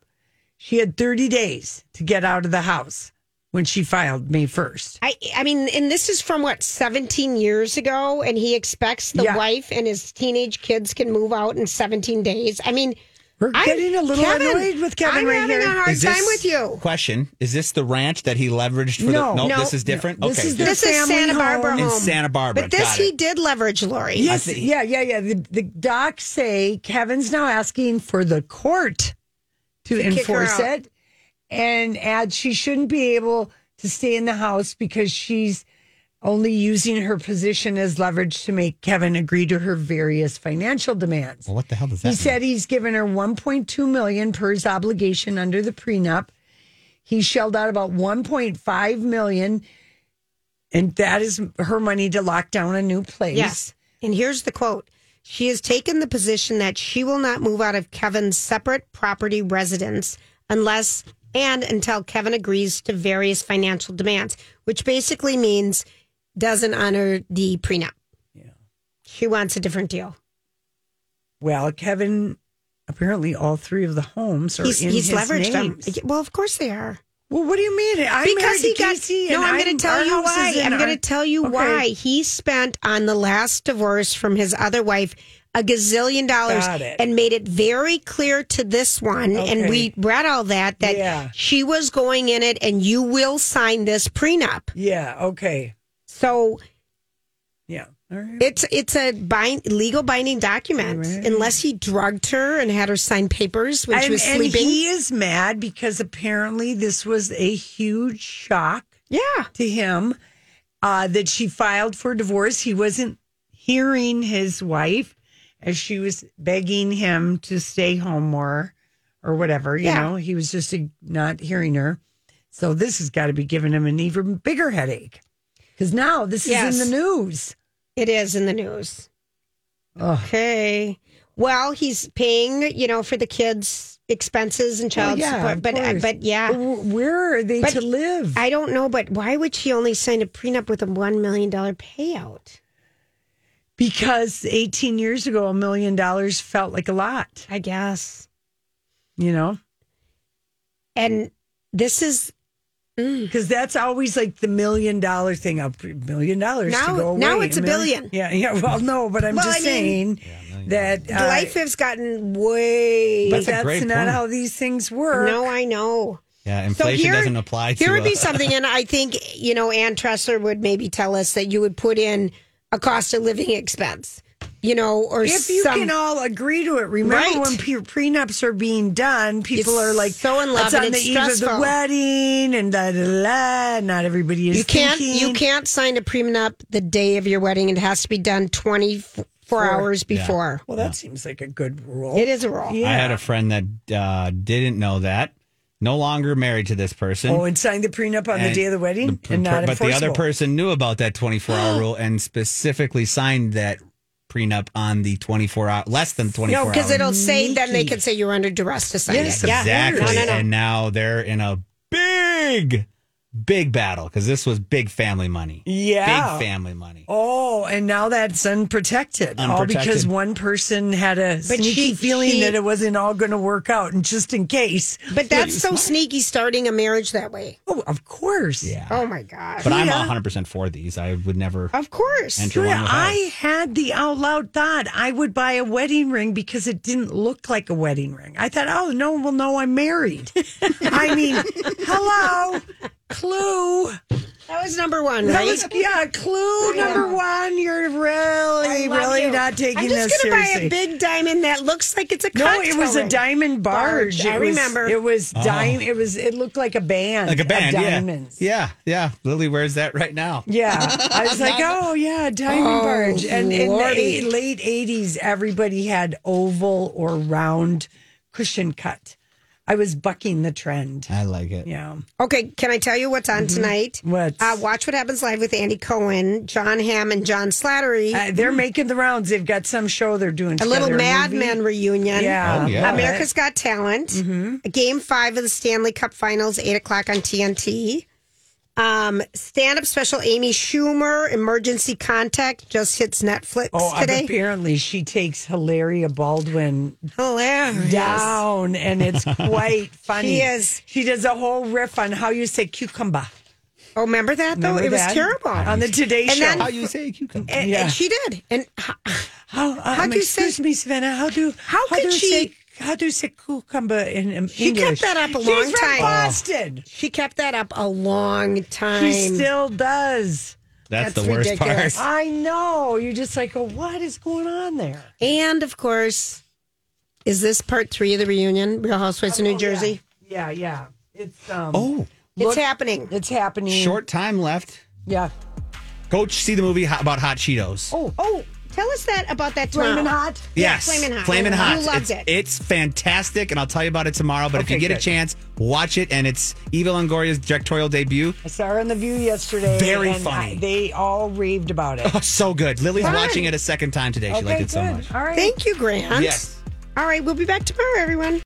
[SPEAKER 5] she had 30 days to get out of the house when she filed May 1st.
[SPEAKER 4] I, I mean, and this is from what, 17 years ago? And he expects the
[SPEAKER 5] Yeah.
[SPEAKER 4] wife and his teenage kids can move out in 17 days. I mean,
[SPEAKER 5] we're getting a little annoyed with Kevin
[SPEAKER 4] I'm
[SPEAKER 5] right
[SPEAKER 4] having
[SPEAKER 5] here.
[SPEAKER 4] a hard
[SPEAKER 1] Is
[SPEAKER 4] time
[SPEAKER 1] this-
[SPEAKER 4] with you.
[SPEAKER 1] Question: Is this the ranch that he leveraged for
[SPEAKER 5] No,
[SPEAKER 1] the?
[SPEAKER 5] no,
[SPEAKER 1] this is different.
[SPEAKER 5] no. This
[SPEAKER 1] Okay,
[SPEAKER 5] is
[SPEAKER 1] good.
[SPEAKER 5] their
[SPEAKER 4] This is
[SPEAKER 5] family
[SPEAKER 4] Santa
[SPEAKER 5] home.
[SPEAKER 4] Barbara
[SPEAKER 1] In
[SPEAKER 4] home.
[SPEAKER 1] Santa Barbara,
[SPEAKER 4] But this
[SPEAKER 1] got
[SPEAKER 4] he
[SPEAKER 1] it.
[SPEAKER 4] did leverage, Lori.
[SPEAKER 5] Yes, yeah, yeah, yeah. The, the docs say Kevin's now asking for the court to,
[SPEAKER 4] To kick her
[SPEAKER 5] enforce
[SPEAKER 4] out.
[SPEAKER 5] it and add she shouldn't be able to stay in the house because she's only using her position as leverage to make Kevin agree to her various financial demands.
[SPEAKER 1] Well, what the hell does that?
[SPEAKER 5] He
[SPEAKER 1] mean?
[SPEAKER 5] said he's given her 1.2 million per his obligation under the prenup. He shelled out about 1.5 million, and that is her money to lock down a new place.
[SPEAKER 4] Yes. And here's the quote She has taken the position that she will not move out of Kevin's separate property residence unless and until Kevin agrees to various financial demands, which basically means doesn't honor the prenup. Yeah. She wants a different deal.
[SPEAKER 5] Well, Kevin, apparently all three of the homes are
[SPEAKER 4] He's,
[SPEAKER 5] in
[SPEAKER 4] he's
[SPEAKER 5] his
[SPEAKER 4] leveraged
[SPEAKER 5] names.
[SPEAKER 4] them. Well, of course they are.
[SPEAKER 5] Well, what do you mean? I'm
[SPEAKER 4] because he got no. I'm going to tell you why. I'm going to tell you
[SPEAKER 5] Okay.
[SPEAKER 4] why he spent on the last divorce from his other wife a gazillion dollars
[SPEAKER 5] Got it.
[SPEAKER 4] and made it very clear to this one, and
[SPEAKER 5] Okay.
[SPEAKER 4] we read all that that
[SPEAKER 5] Yeah.
[SPEAKER 4] she was going in it, and you will sign this prenup.
[SPEAKER 5] Yeah. Okay.
[SPEAKER 4] So
[SPEAKER 5] Yeah. All right.
[SPEAKER 4] it's it's a bind, legal binding document, unless he drugged her and had her sign papers when she
[SPEAKER 5] And,
[SPEAKER 4] was
[SPEAKER 5] and
[SPEAKER 4] sleeping.
[SPEAKER 5] he is mad because apparently this was a huge shock
[SPEAKER 4] yeah.
[SPEAKER 5] to him uh, that she filed for divorce. He wasn't hearing his wife as she was begging him to stay home more or whatever. You
[SPEAKER 4] Yeah.
[SPEAKER 5] know, he was just uh, not hearing her. So this has got to be giving him an even bigger headache because now this
[SPEAKER 4] Yes.
[SPEAKER 5] is in the news.
[SPEAKER 4] It is in the news.
[SPEAKER 5] Ugh.
[SPEAKER 4] Okay. Well, he's paying, you know, for the kids' expenses and
[SPEAKER 5] Well,
[SPEAKER 4] child
[SPEAKER 5] of
[SPEAKER 4] support, but uh,
[SPEAKER 5] course.
[SPEAKER 4] but yeah,
[SPEAKER 5] W- where are they
[SPEAKER 4] Ah. But
[SPEAKER 5] to live?
[SPEAKER 4] I don't know. But why would she only sign a prenup with a one million dollar payout?
[SPEAKER 5] because 18 years ago, a million dollars felt like a lot,
[SPEAKER 4] I guess.
[SPEAKER 5] you know?
[SPEAKER 4] And this is
[SPEAKER 5] Because that's always like the million dollar thing. A million dollars to
[SPEAKER 4] Now-
[SPEAKER 5] go away.
[SPEAKER 4] now it's a
[SPEAKER 5] million-
[SPEAKER 4] billion.
[SPEAKER 5] Yeah, yeah. Well, no, but I'm
[SPEAKER 4] Well,
[SPEAKER 5] just
[SPEAKER 4] I mean-
[SPEAKER 5] saying that uh,
[SPEAKER 4] life has gotten way.
[SPEAKER 5] But
[SPEAKER 1] That's a
[SPEAKER 5] that's
[SPEAKER 1] great
[SPEAKER 5] not
[SPEAKER 1] point.
[SPEAKER 5] how these things work.
[SPEAKER 4] No, I know.
[SPEAKER 1] yeah, inflation
[SPEAKER 4] here-
[SPEAKER 1] doesn't apply to.
[SPEAKER 4] Here would
[SPEAKER 1] uh,
[SPEAKER 4] be something, and I think you know Ann Tressler would maybe tell us that you would put in a cost of living expense, you know, or
[SPEAKER 5] if you
[SPEAKER 4] some-
[SPEAKER 5] can all agree to it, remember
[SPEAKER 4] Right.
[SPEAKER 5] when pre- prenups are being done, people
[SPEAKER 4] It's
[SPEAKER 5] are like
[SPEAKER 4] so in love
[SPEAKER 5] it's
[SPEAKER 4] and
[SPEAKER 5] on the
[SPEAKER 4] it's
[SPEAKER 5] eve of the
[SPEAKER 4] stressful."
[SPEAKER 5] wedding and da da da. da, Not everybody is.
[SPEAKER 4] you can't you
[SPEAKER 5] thinking.
[SPEAKER 4] can't sign a prenup the day of your wedding. It has to be done twenty four hours before.
[SPEAKER 5] Well, that seems like a good rule.
[SPEAKER 4] It is a rule.
[SPEAKER 5] Oh, Yeah.
[SPEAKER 1] I had a friend that uh, didn't know that. No longer married to this person.
[SPEAKER 5] Oh, and signed the prenup on the
[SPEAKER 1] And
[SPEAKER 5] day of the wedding
[SPEAKER 1] the-
[SPEAKER 5] and not
[SPEAKER 1] but the other
[SPEAKER 5] enforceable.
[SPEAKER 1] person knew about that 24 hour rule and specifically signed that prenup on the 24 hour less than 24
[SPEAKER 4] No,
[SPEAKER 1] hours.
[SPEAKER 4] because Oh, it'll say then they can say you're under duress to sign
[SPEAKER 5] Yes,
[SPEAKER 4] it.
[SPEAKER 5] of
[SPEAKER 1] exactly
[SPEAKER 4] No, no, no.
[SPEAKER 1] and now they're in a big big battle because this was big family money
[SPEAKER 5] Yeah.
[SPEAKER 1] big family money
[SPEAKER 5] Oh, and now that's unprotected. All
[SPEAKER 1] Unprotected.
[SPEAKER 5] because one person had a sneaky
[SPEAKER 4] she-
[SPEAKER 5] feeling
[SPEAKER 4] she-
[SPEAKER 5] that it wasn't all going to work out, and just in case.
[SPEAKER 4] But that's so sneaky starting a marriage that way.
[SPEAKER 5] Oh, of course. Yeah.
[SPEAKER 4] Oh my gosh.
[SPEAKER 1] but i'm
[SPEAKER 5] Yeah. Oh,
[SPEAKER 1] 100% for these i would never
[SPEAKER 4] of course.
[SPEAKER 1] enter one
[SPEAKER 5] Julia,
[SPEAKER 1] without.
[SPEAKER 5] I had the out loud thought I would buy a wedding ring because it didn't look like a wedding ring. I thought, oh, no one will know I'm married. I mean, hello, clue.
[SPEAKER 4] That was number one,
[SPEAKER 5] That
[SPEAKER 4] right?
[SPEAKER 5] was, yeah, clue number one. You're really,
[SPEAKER 4] I love
[SPEAKER 5] really
[SPEAKER 4] you.
[SPEAKER 5] not taking
[SPEAKER 4] I'm just
[SPEAKER 5] this
[SPEAKER 4] gonna
[SPEAKER 5] seriously.
[SPEAKER 4] buy a big diamond that looks like it's a
[SPEAKER 5] No,
[SPEAKER 4] cocktail
[SPEAKER 5] it was a
[SPEAKER 4] ring.
[SPEAKER 5] diamond barge.
[SPEAKER 4] Barge, I
[SPEAKER 5] It was-
[SPEAKER 4] remember.
[SPEAKER 5] it was diamond. It was. It looked like a band.
[SPEAKER 1] Oh. like a band
[SPEAKER 5] Of
[SPEAKER 1] yeah.
[SPEAKER 5] diamonds.
[SPEAKER 1] yeah yeah lily wears that right now
[SPEAKER 5] Yeah. I was like, oh yeah, diamond
[SPEAKER 4] Oh,
[SPEAKER 5] barge. And in the
[SPEAKER 4] Lordy.
[SPEAKER 5] eight, late eighties, everybody had oval or round cushion cut. I was bucking the trend.
[SPEAKER 1] I like it.
[SPEAKER 5] Yeah.
[SPEAKER 4] Okay, can I tell you what's on tonight?
[SPEAKER 5] Mm-hmm. What?
[SPEAKER 4] Uh, Watch What Happens Live with Andy Cohen, John Hamm, and John Slattery.
[SPEAKER 5] Uh, they're making the rounds. They've got some show they're doing.
[SPEAKER 4] Mm. a little
[SPEAKER 5] together,
[SPEAKER 4] Mad
[SPEAKER 5] movie.
[SPEAKER 4] Men reunion.
[SPEAKER 5] Yeah. Mm-hmm. Oh, yeah.
[SPEAKER 4] America's Got Talent. Game five of the Stanley Cup Finals, eight o'clock on TNT. Um, stand-up special Amy Schumer, Emergency Contact, just hits Netflix
[SPEAKER 5] Oh, I've-
[SPEAKER 4] today.
[SPEAKER 5] apparently she takes Hilaria Baldwin
[SPEAKER 4] Hilarious.
[SPEAKER 5] down, and it's quite funny.
[SPEAKER 4] She is.
[SPEAKER 5] She does a whole riff on how you say cucumber.
[SPEAKER 4] Oh, remember that though?
[SPEAKER 5] Remember
[SPEAKER 4] it was
[SPEAKER 5] that?
[SPEAKER 4] terrible
[SPEAKER 5] On the Today
[SPEAKER 4] And
[SPEAKER 5] Show.
[SPEAKER 4] then-
[SPEAKER 5] How
[SPEAKER 1] you say cucumber?
[SPEAKER 4] And,
[SPEAKER 5] Yeah.
[SPEAKER 4] and she did. And how,
[SPEAKER 5] How, um,
[SPEAKER 4] How do you say-
[SPEAKER 5] excuse me, Savannah. How do
[SPEAKER 4] How
[SPEAKER 5] how
[SPEAKER 4] could
[SPEAKER 5] do you
[SPEAKER 4] she-
[SPEAKER 5] say, how do you say cucumber in um,
[SPEAKER 4] she
[SPEAKER 5] English?
[SPEAKER 4] kept that up a long
[SPEAKER 5] She's
[SPEAKER 4] time.
[SPEAKER 5] From Boston.
[SPEAKER 4] She kept that up a long time.
[SPEAKER 5] She still does.
[SPEAKER 1] That's,
[SPEAKER 4] That's
[SPEAKER 1] the worst
[SPEAKER 4] ridiculous.
[SPEAKER 1] part.
[SPEAKER 5] I know. You're just like, oh, what is going on there?
[SPEAKER 4] And of course, is this part three of the reunion? Real Housewives of
[SPEAKER 5] Oh,
[SPEAKER 4] New Jersey.
[SPEAKER 5] Yeah, yeah. It's um.
[SPEAKER 1] Oh,
[SPEAKER 4] It's happening.
[SPEAKER 5] It's happening.
[SPEAKER 1] short time left.
[SPEAKER 5] Yeah.
[SPEAKER 1] Go see the movie ho- about hot Cheetos.
[SPEAKER 5] Oh,
[SPEAKER 4] Oh, tell us that about that tomorrow.
[SPEAKER 5] flaming hot.
[SPEAKER 1] Yes,
[SPEAKER 4] Flamin' Hot.
[SPEAKER 1] Flamin' Hot.
[SPEAKER 4] You loved
[SPEAKER 1] it's,
[SPEAKER 4] it.
[SPEAKER 1] It's fantastic, and I'll tell you about it tomorrow. But if
[SPEAKER 5] Okay,
[SPEAKER 1] you get a
[SPEAKER 5] good.
[SPEAKER 1] chance, watch it. And it's Eva Longoria's directorial debut.
[SPEAKER 5] I saw her on the View yesterday.
[SPEAKER 1] Very
[SPEAKER 5] and
[SPEAKER 1] funny.
[SPEAKER 5] I- they all raved about it.
[SPEAKER 1] Oh, so good. Lily's
[SPEAKER 4] Fun.
[SPEAKER 1] watching it a second time today. She liked it so much.
[SPEAKER 5] All right.
[SPEAKER 4] Thank you, Grant.
[SPEAKER 1] Yes.
[SPEAKER 4] All right, we'll be back tomorrow, everyone.